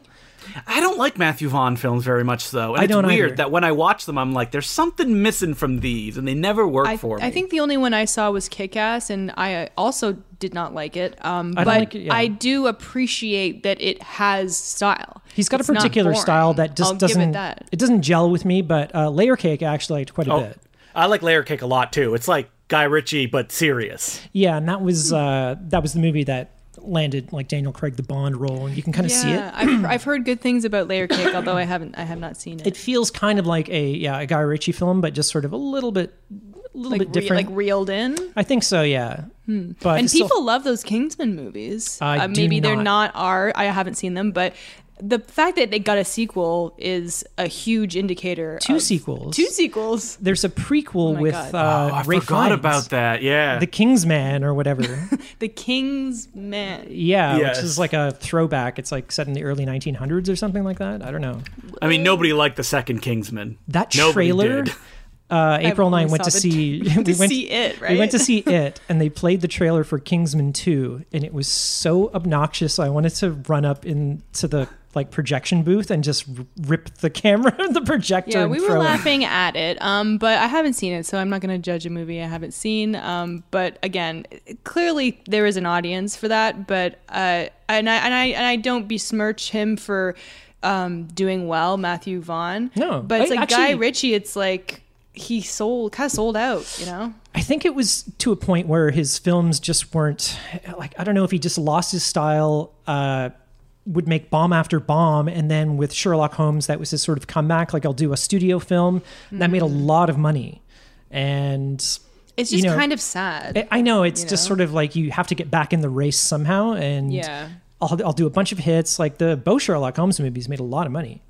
[SPEAKER 2] I don't like Matthew Vaughn films very much, though. And
[SPEAKER 3] I
[SPEAKER 2] it's
[SPEAKER 3] don't
[SPEAKER 2] weird
[SPEAKER 3] either.
[SPEAKER 2] that when I watch them, I'm like, there's something missing from these, and they never work
[SPEAKER 1] I,
[SPEAKER 2] for me.
[SPEAKER 1] I think the only one I saw was Kick Ass, and I also did not like it. Um,
[SPEAKER 3] I don't
[SPEAKER 1] but
[SPEAKER 3] like it, yeah.
[SPEAKER 1] I do appreciate that it has style.
[SPEAKER 3] He's got
[SPEAKER 1] It's
[SPEAKER 3] a
[SPEAKER 1] not
[SPEAKER 3] particular
[SPEAKER 1] boring.
[SPEAKER 3] style that just
[SPEAKER 1] I'll
[SPEAKER 3] doesn't
[SPEAKER 1] Give it that.
[SPEAKER 3] doesn't gel with me. But uh, Layer Cake I actually liked quite a
[SPEAKER 2] Oh,
[SPEAKER 3] bit.
[SPEAKER 2] I like Layer Cake a lot too. It's like Guy Ritchie but serious.
[SPEAKER 3] Yeah, and that
[SPEAKER 1] Hmm.
[SPEAKER 3] was uh, that was the movie that landed like Daniel Craig the Bond role, and you can kind of
[SPEAKER 1] yeah,
[SPEAKER 3] see it.
[SPEAKER 1] I've, I've heard good things about Layer Cake, although I haven't. I have not seen it.
[SPEAKER 3] it feels kind of like a yeah a Guy Ritchie film, but just sort of a little bit a little
[SPEAKER 1] like
[SPEAKER 3] bit
[SPEAKER 1] re-
[SPEAKER 3] different.
[SPEAKER 1] like reeled in.
[SPEAKER 3] I think so, yeah. But
[SPEAKER 1] and
[SPEAKER 3] it's still-
[SPEAKER 1] people love those Kingsman movies. Uh,
[SPEAKER 3] I do
[SPEAKER 1] maybe they're
[SPEAKER 3] not.
[SPEAKER 1] not our. I haven't seen them, but the fact that they got a sequel is a huge indicator.
[SPEAKER 3] two
[SPEAKER 1] of-
[SPEAKER 3] sequels.
[SPEAKER 1] Two sequels.
[SPEAKER 3] There's a prequel
[SPEAKER 1] my
[SPEAKER 3] with
[SPEAKER 1] God.
[SPEAKER 3] uh,
[SPEAKER 2] oh, I
[SPEAKER 3] Ray
[SPEAKER 2] forgot
[SPEAKER 3] Fiennes,
[SPEAKER 2] about that. Yeah,
[SPEAKER 3] the Kingsman or whatever.
[SPEAKER 1] The King's Man.
[SPEAKER 3] yeah,
[SPEAKER 2] Yes.
[SPEAKER 3] which is like a throwback. It's like set in the early 1900s or something like that. I don't know.
[SPEAKER 2] I mean, nobody liked the second Kingsman.
[SPEAKER 3] That
[SPEAKER 2] Nobody
[SPEAKER 3] trailer.
[SPEAKER 2] did.
[SPEAKER 3] Uh, April and I
[SPEAKER 1] only
[SPEAKER 3] went
[SPEAKER 1] saw
[SPEAKER 3] to
[SPEAKER 1] the-
[SPEAKER 3] see
[SPEAKER 1] to
[SPEAKER 3] we went
[SPEAKER 1] see it,
[SPEAKER 3] We went to
[SPEAKER 1] right?
[SPEAKER 3] see it, and they played the trailer for Kingsman Two, and it was so obnoxious. I wanted to run up into the like projection booth and just r- rip the camera, the projector.
[SPEAKER 1] Yeah,
[SPEAKER 3] and
[SPEAKER 1] we were
[SPEAKER 3] throw it.
[SPEAKER 1] laughing at it, um, but I haven't seen it, so I'm not going to judge a movie I haven't seen. Um, but again, clearly there is an audience for that. But uh, and I and I and I don't besmirch him for um, doing well, Matthew Vaughn.
[SPEAKER 3] No,
[SPEAKER 1] but it's
[SPEAKER 3] I
[SPEAKER 1] like Guy
[SPEAKER 3] actually-
[SPEAKER 1] Ritchie. It's like he sold kind of sold out, you know.
[SPEAKER 3] I think it was to a point where his films just weren't like I don't know if he just lost his style. Uh, would make bomb after bomb, and then with Sherlock Holmes, that was his sort of comeback. Like I'll do a studio film and that made a
[SPEAKER 1] Mm-hmm.
[SPEAKER 3] lot of money, and
[SPEAKER 1] It's
[SPEAKER 3] You
[SPEAKER 1] just
[SPEAKER 3] know,
[SPEAKER 1] kind of sad.
[SPEAKER 3] I- I know it's
[SPEAKER 1] you
[SPEAKER 3] just
[SPEAKER 1] know?
[SPEAKER 3] sort of like you have to get back in the race somehow, and
[SPEAKER 1] yeah.
[SPEAKER 3] I'll, I'll do a bunch of hits. Like the Bo Sherlock Holmes movies made a lot of money.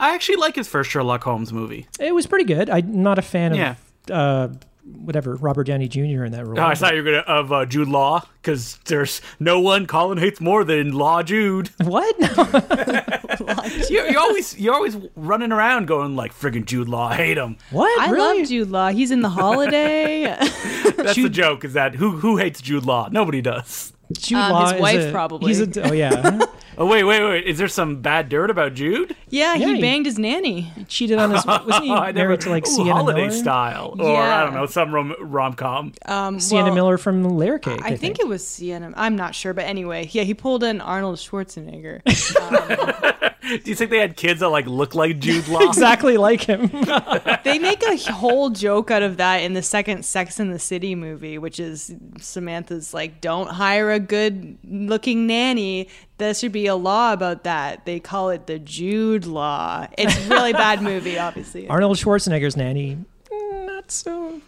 [SPEAKER 2] I actually like his first Sherlock Holmes movie.
[SPEAKER 3] It was pretty good. I'm not a fan
[SPEAKER 2] Yeah.
[SPEAKER 3] of uh, whatever Robert Downey Jr. in that role.
[SPEAKER 2] Oh, I thought you were gonna of uh, Jude Law because there's no one Colin hates more than Law Jude.
[SPEAKER 3] what? No.
[SPEAKER 2] you're, you're always you're always running around going like friggin' Jude Law, I hate him.
[SPEAKER 3] What?
[SPEAKER 1] I
[SPEAKER 3] really?
[SPEAKER 1] love Jude Law. He's in the holiday.
[SPEAKER 2] That's the
[SPEAKER 3] Jude-
[SPEAKER 2] joke. Is that who who hates Jude Law? Nobody does.
[SPEAKER 3] Jude
[SPEAKER 1] Um,
[SPEAKER 3] Law
[SPEAKER 1] his
[SPEAKER 3] is
[SPEAKER 1] wife,
[SPEAKER 3] a-
[SPEAKER 1] probably.
[SPEAKER 3] He's a, oh yeah,
[SPEAKER 2] Oh wait, wait, wait. Is there some bad dirt about Jude?
[SPEAKER 1] yeah,
[SPEAKER 3] Yeah,
[SPEAKER 1] he
[SPEAKER 3] he-
[SPEAKER 1] banged his nanny.
[SPEAKER 3] He cheated on his. Wasn't he
[SPEAKER 2] Oh, I
[SPEAKER 3] married
[SPEAKER 2] never
[SPEAKER 3] to like
[SPEAKER 2] Ooh,
[SPEAKER 3] Sienna
[SPEAKER 2] holiday
[SPEAKER 3] Miller?
[SPEAKER 2] style, or I don't
[SPEAKER 1] Yeah.
[SPEAKER 2] know, some rom rom com.
[SPEAKER 1] Um,
[SPEAKER 3] Sienna
[SPEAKER 1] well,
[SPEAKER 3] Miller from Layer Cake. I,
[SPEAKER 1] I think it was Sienna. I'm not sure, but anyway, yeah, he pulled in Arnold Schwarzenegger. Um,
[SPEAKER 2] Do you think they had kids that like look like Jude Law?
[SPEAKER 3] exactly like him.
[SPEAKER 1] they make a whole joke out of that in the second Sex and the City movie, which is Samantha's like, "Don't hire a good-looking nanny." There should be a law about that. They call it the Jude Law. It's a really bad movie, obviously.
[SPEAKER 3] Arnold Schwarzenegger's nanny. mm, Not so.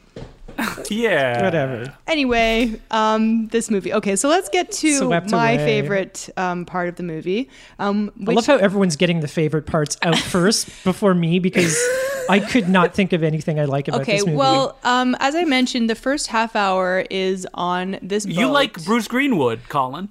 [SPEAKER 2] Yeah,
[SPEAKER 3] Whatever.
[SPEAKER 1] anyway, um, this movie. Okay, so let's get to
[SPEAKER 3] Swept
[SPEAKER 1] my
[SPEAKER 3] away.
[SPEAKER 1] favorite um, part of the movie. Um,
[SPEAKER 3] I
[SPEAKER 1] which,
[SPEAKER 3] love how everyone's getting the favorite parts out first before me because I could not think of anything I like about
[SPEAKER 1] okay,
[SPEAKER 3] this movie.
[SPEAKER 1] well, um, as I mentioned, the first half hour is on this.
[SPEAKER 2] You
[SPEAKER 1] boat.
[SPEAKER 2] like Bruce Greenwood, Colin?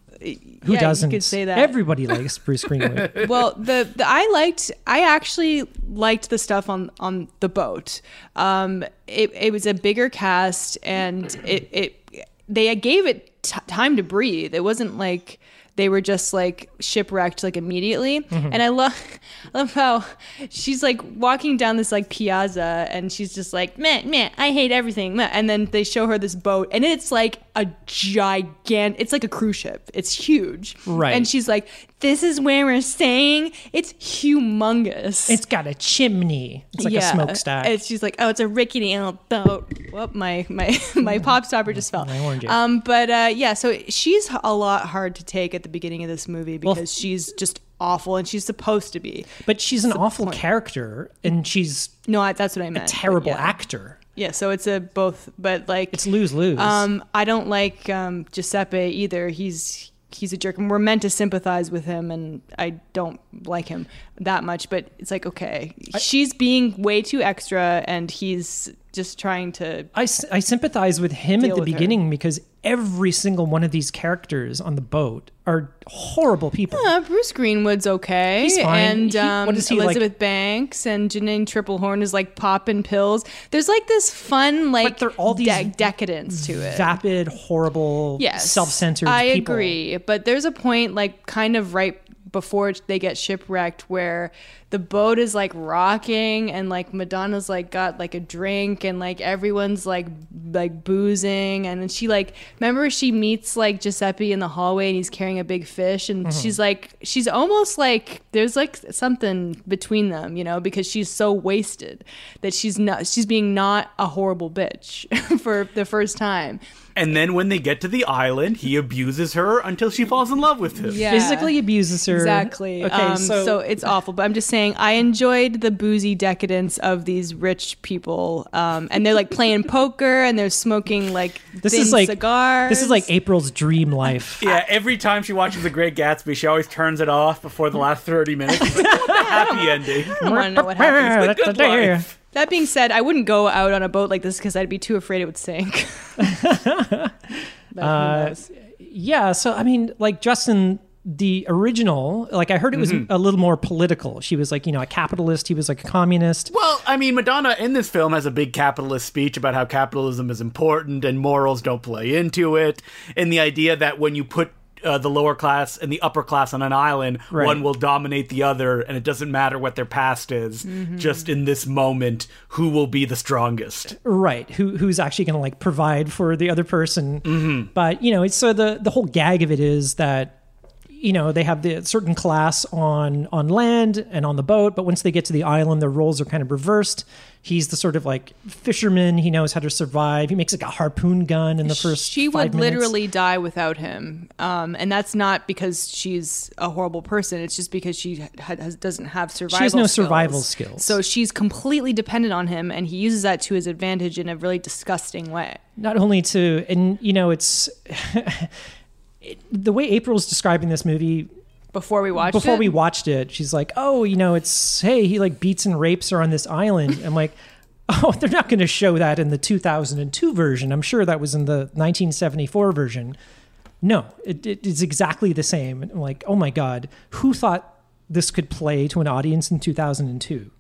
[SPEAKER 3] who
[SPEAKER 1] yeah,
[SPEAKER 3] doesn't?
[SPEAKER 1] You could say that.
[SPEAKER 3] Everybody likes Bruce Greenwood.
[SPEAKER 1] well, the, the I liked I actually liked the stuff on on the boat. Um, it it was a bigger cast, and it it they gave it t- time to breathe. It wasn't like they were just like shipwrecked like immediately. And I love I love how she's like walking down this like piazza, and she's just like meh meh I hate everything. Meh. And then they show her this boat, and it's like a gigantic. It's like a cruise ship. It's huge.
[SPEAKER 3] Right.
[SPEAKER 1] And she's like, this is where we're staying. It's humongous.
[SPEAKER 3] it's got a chimney. It's like a smokestack.
[SPEAKER 1] And she's like, oh, it's a rickety old boat. Whoop, my my my pop stopper just fell.
[SPEAKER 3] I warned you.
[SPEAKER 1] Um, but uh, yeah, so she's a lot hard to take at the beginning of this movie because she's just awful, and she's supposed to be.
[SPEAKER 3] but she's an awful character, and she's
[SPEAKER 1] No, I, that's what I meant. but
[SPEAKER 3] terrible
[SPEAKER 1] yeah.
[SPEAKER 3] actor.
[SPEAKER 1] Yeah, so it's a both, but like
[SPEAKER 3] It's lose lose.
[SPEAKER 1] Um, I don't like um, Giuseppe either. He's he's a jerk, and we're meant to sympathize with him, and I don't like him that much. But it's like, okay, she's being way too extra, and he's just trying to.
[SPEAKER 3] I, s- I sympathize with him
[SPEAKER 1] Deal
[SPEAKER 3] at the
[SPEAKER 1] with her.
[SPEAKER 3] beginning because every single one of these characters on the boat are horrible people.
[SPEAKER 1] Uh, Bruce Greenwood's okay,
[SPEAKER 3] He's fine.
[SPEAKER 1] and
[SPEAKER 3] He-
[SPEAKER 1] um,
[SPEAKER 3] what is he like?
[SPEAKER 1] Elizabeth Banks and Janine Triplehorn is like popping pills. There's like this fun, like
[SPEAKER 3] they're all these
[SPEAKER 1] de- decadence to it.
[SPEAKER 3] Vapid, horrible,
[SPEAKER 1] yes,
[SPEAKER 3] self-centered.
[SPEAKER 1] I
[SPEAKER 3] people.
[SPEAKER 1] agree, but there's a point like kind of right before they get shipwrecked where the boat is like rocking and like Madonna's like got like a drink and like everyone's like like boozing and then she like remember she meets like Giuseppe in the hallway and he's carrying a big fish and
[SPEAKER 3] Mm-hmm.
[SPEAKER 1] she's like she's almost like there's like something between them you know because she's so wasted that she's not she's being not a horrible bitch for the first time
[SPEAKER 2] And then when they get to the island, he abuses her until she falls in love with him.
[SPEAKER 1] Yeah.
[SPEAKER 3] Physically abuses her.
[SPEAKER 1] Exactly.
[SPEAKER 3] Okay,
[SPEAKER 1] um,
[SPEAKER 3] so,
[SPEAKER 1] so, it's awful. But I'm just saying, I enjoyed the boozy decadence of these rich people, um, and they're like playing poker and they're smoking like
[SPEAKER 3] this
[SPEAKER 1] thin
[SPEAKER 3] is like
[SPEAKER 1] cigars.
[SPEAKER 3] this is like April's dream life.
[SPEAKER 2] Yeah, every time she watches The Great Gatsby, she always turns it off before the last 30 minutes. It's like, "What the happy ending.
[SPEAKER 1] I don't want to know what happens.
[SPEAKER 2] It's the good life.
[SPEAKER 1] That being said, I wouldn't go out on a boat like this because I'd be too afraid it would sink. But who
[SPEAKER 3] Uh,
[SPEAKER 1] knows?
[SPEAKER 3] Yeah, so I mean, like Justin, the original, like I heard it was a little more political. She was like, you know, a capitalist. He was like a communist.
[SPEAKER 2] Well, I mean, Madonna in this film has a big capitalist speech about how capitalism is important and morals don't play into it, and the idea that when you put uh, the lower class and the upper class on an island,
[SPEAKER 3] Right.
[SPEAKER 2] one will dominate the other, and it doesn't matter what their past is. Just in this moment, who will be the strongest?
[SPEAKER 3] right who who's actually going to like provide for the other person but you know it's so the the whole gag of it is that you know they have the certain class on on land and on the boat but once they get to the island their roles are kind of reversed he's the sort of like fisherman he knows how to survive he makes like a harpoon gun in the first
[SPEAKER 1] she
[SPEAKER 3] five
[SPEAKER 1] would
[SPEAKER 3] minutes.
[SPEAKER 1] literally die without him um, and that's not because she's a horrible person it's just because she ha- has, doesn't have survival
[SPEAKER 3] has no
[SPEAKER 1] skills.
[SPEAKER 3] survival skills.
[SPEAKER 1] so she's completely dependent on him and he uses that to his advantage in a really disgusting way
[SPEAKER 3] not only to and you know it's it, the way april's describing this movie
[SPEAKER 1] before we watched
[SPEAKER 3] before
[SPEAKER 1] it,
[SPEAKER 3] we watched it, she's like, "Oh, you know, it's hey, he like beats and rapes her on this island." I'm like, "Oh, they're not going to show that in the 2002 version. I'm sure that was in the 1974 version." No, it, it is exactly the same. I'm like, "Oh my god, who thought this could play to an audience in 2002.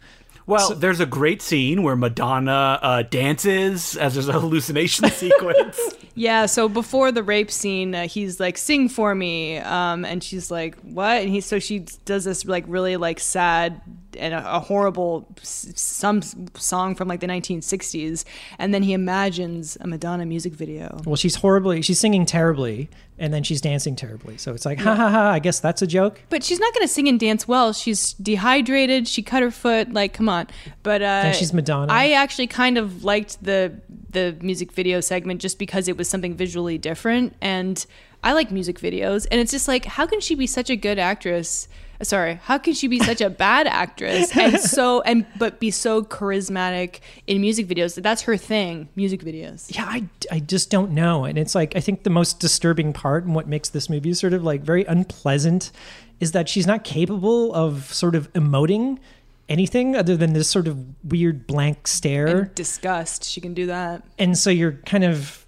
[SPEAKER 2] Well, there's a great scene where Madonna uh, dances as there's a hallucination sequence.
[SPEAKER 1] Yeah, so before the rape scene, uh, he's like, "Sing for me," um, and she's like, "What?" And he so she does this like really like sad and a, a horrible s- some s- song from like the 1960s, and then he imagines a Madonna music video.
[SPEAKER 3] Well, she's horribly, she's singing terribly, and then she's dancing terribly. So it's like, ha ha ha, I guess that's a joke.
[SPEAKER 1] But she's not going to sing and dance well. She's dehydrated. She cut her foot. Like, come on. But uh,
[SPEAKER 3] And she's Madonna.
[SPEAKER 1] I actually kind of liked the the music video segment just because it was something visually different, and I like music videos. And it's just like, how can she be such a good actress? Uh, Sorry, how can she be such a bad actress and so and but be so charismatic in music videos? That's her thing, music videos.
[SPEAKER 3] yeah, I, I just don't know. And it's like, I think the most disturbing part and what makes this movie sort of like very unpleasant is that she's not capable of sort of emoting anything other than this sort of weird blank stare.
[SPEAKER 1] And disgust. She can do that.
[SPEAKER 3] and so you're kind of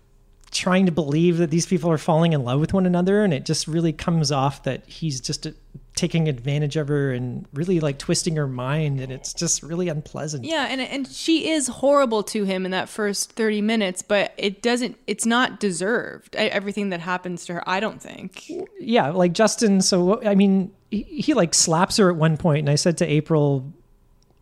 [SPEAKER 3] trying to believe that these people are falling in love with one another and it just really comes off that he's just uh, taking advantage of her and really like twisting her mind and it's just really unpleasant
[SPEAKER 1] Yeah, and and she is horrible to him in that first thirty minutes, but it doesn't. It's not deserved. e- Everything that happens to her, I don't think.
[SPEAKER 3] yeah like justin so i mean he, he like slaps her at one point and i said to april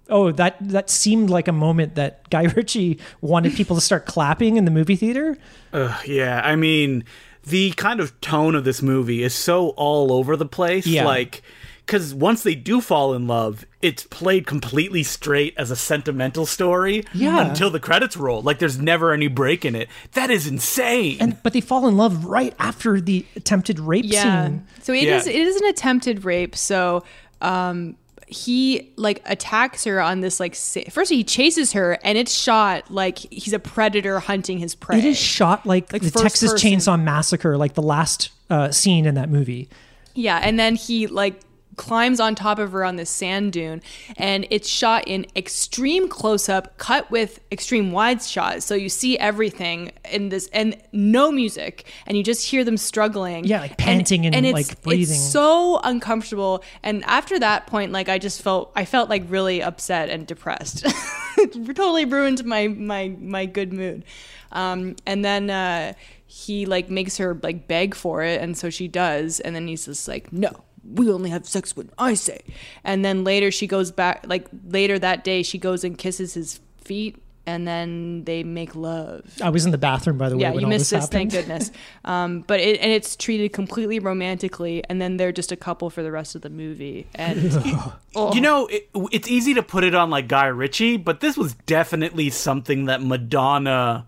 [SPEAKER 3] oh that that seemed like a moment that guy ritchie wanted people to start clapping in the movie theater
[SPEAKER 2] Ugh, yeah, I mean, the kind of tone of this movie is so all over the place.
[SPEAKER 3] Yeah.
[SPEAKER 2] Like, because once they do fall in love, it's played completely straight as a sentimental story
[SPEAKER 3] Yeah.
[SPEAKER 2] until the credits roll. Like, there's never any break in it. That is insane.
[SPEAKER 3] and but they fall in love right after the attempted rape
[SPEAKER 1] Yeah.
[SPEAKER 3] scene
[SPEAKER 1] So it is
[SPEAKER 2] Yeah.
[SPEAKER 1] It is an attempted rape. So, um, he like attacks her on this like sa- first he chases her and it's shot like he's a predator hunting his prey.
[SPEAKER 3] It is shot like,
[SPEAKER 1] Like
[SPEAKER 3] the
[SPEAKER 1] first
[SPEAKER 3] Texas
[SPEAKER 1] person.
[SPEAKER 3] Chainsaw Massacre, like the last uh, scene in that movie.
[SPEAKER 1] Yeah, and then he like climbs on top of her on this sand dune and it's shot in extreme close up cut with extreme wide shots so you see everything in this and no music and you just hear them struggling
[SPEAKER 3] Yeah, like panting and,
[SPEAKER 1] it's-
[SPEAKER 3] like, breathing.
[SPEAKER 1] it's so uncomfortable and after that point like I just felt I felt like really upset and depressed it totally ruined my my my good mood um and then uh he like makes her like beg for it and so she does and then he's just like no we only have sex when i say and then later she goes back like later that day she goes and kisses his feet and then they make love
[SPEAKER 3] I was in the bathroom, by the way,
[SPEAKER 1] yeah
[SPEAKER 3] when
[SPEAKER 1] you
[SPEAKER 3] all
[SPEAKER 1] missed
[SPEAKER 3] this
[SPEAKER 1] this
[SPEAKER 3] happened.
[SPEAKER 1] thank goodness um, but it and it's treated completely romantically and then they're just a couple for the rest of the movie and
[SPEAKER 2] You know, it, it's easy to put it on like Guy Ritchie, but this was definitely something that Madonna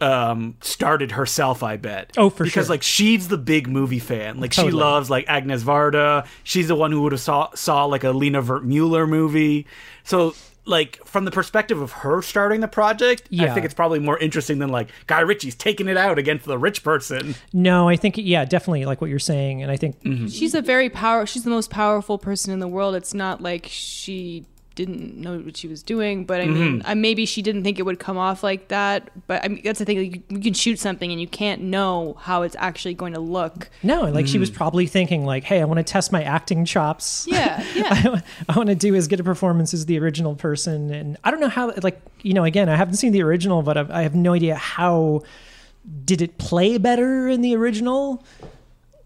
[SPEAKER 2] um started herself i bet
[SPEAKER 3] Oh, for
[SPEAKER 2] because
[SPEAKER 3] sure.
[SPEAKER 2] like she's the big movie fan like she
[SPEAKER 3] Totally.
[SPEAKER 2] loves like agnes varda she's the one who would have saw saw like a lena Mueller movie so like from the perspective of her starting the project i
[SPEAKER 3] Yeah.
[SPEAKER 2] think it's probably more interesting than like guy ritchie's taking it out against the rich person
[SPEAKER 3] No, I think yeah, definitely like what you're saying, and I think
[SPEAKER 1] she's a very power she's the most powerful person in the world it's not like she didn't know what she was doing but i mean uh, maybe she didn't think it would come off like that but i mean that's the thing like, you, you can shoot something and you can't know how it's actually going to look
[SPEAKER 3] no, like she was probably thinking like, hey, I want to test my acting chops.
[SPEAKER 1] Mm. yeah yeah
[SPEAKER 3] I, want to do as good a performance as the original person, and I don't know how like you know again, I haven't seen the original, but I've, I have no idea how did it play better in the original.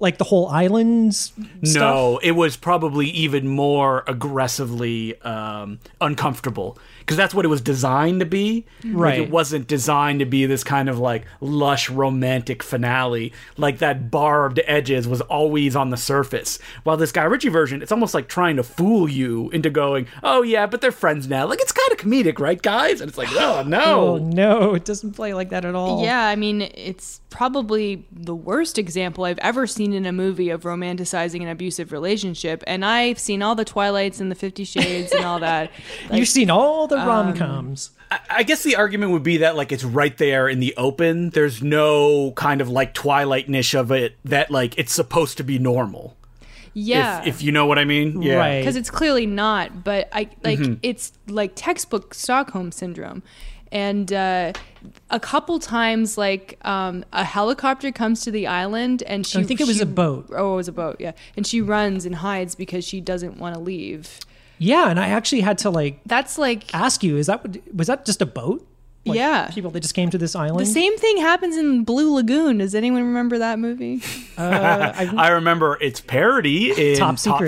[SPEAKER 3] Like the whole islands. stuff?
[SPEAKER 2] No, it was probably even more aggressively um, uncomfortable because that's what it was designed to be. Like,
[SPEAKER 3] Right.
[SPEAKER 2] it wasn't designed to be this kind of like lush romantic finale. Like that barbed edges was always on the surface. While this Guy Ritchie version, it's almost like trying to fool you into going, "Oh yeah, but they're friends now." Like it's kind of comedic, right, guys? And it's like, oh
[SPEAKER 3] Oh
[SPEAKER 2] no.
[SPEAKER 3] no, it doesn't play like that at all.
[SPEAKER 1] yeah i mean it's probably the worst example i've ever seen in a movie of romanticizing an abusive relationship and i've seen all the twilights and the 50 shades and all that
[SPEAKER 3] You've seen all
[SPEAKER 1] um,
[SPEAKER 3] the rom coms.
[SPEAKER 2] I- I guess the argument would be that like it's right there in the open. There's no kind of like twilight niche of it that like it's supposed to be normal.
[SPEAKER 1] yeah
[SPEAKER 2] if, if you know what I mean. Yeah.
[SPEAKER 3] Right.
[SPEAKER 1] because it's clearly not but i like it's like textbook stockholm syndrome and uh, a couple times, like um, a helicopter comes to the island, and she.
[SPEAKER 3] I think it was
[SPEAKER 1] she-
[SPEAKER 3] a boat.
[SPEAKER 1] Oh, it was a boat. Yeah, and she runs and hides because she doesn't want to leave.
[SPEAKER 3] Yeah, and I actually had to like
[SPEAKER 1] That's like
[SPEAKER 3] ask you: Is that what- was that just a boat? Like,
[SPEAKER 1] Yeah.
[SPEAKER 3] people that just came to this island.
[SPEAKER 1] the same thing happens in Blue Lagoon. Does anyone remember that movie?
[SPEAKER 3] Uh, I-
[SPEAKER 2] I remember its parody in
[SPEAKER 3] Top
[SPEAKER 2] Top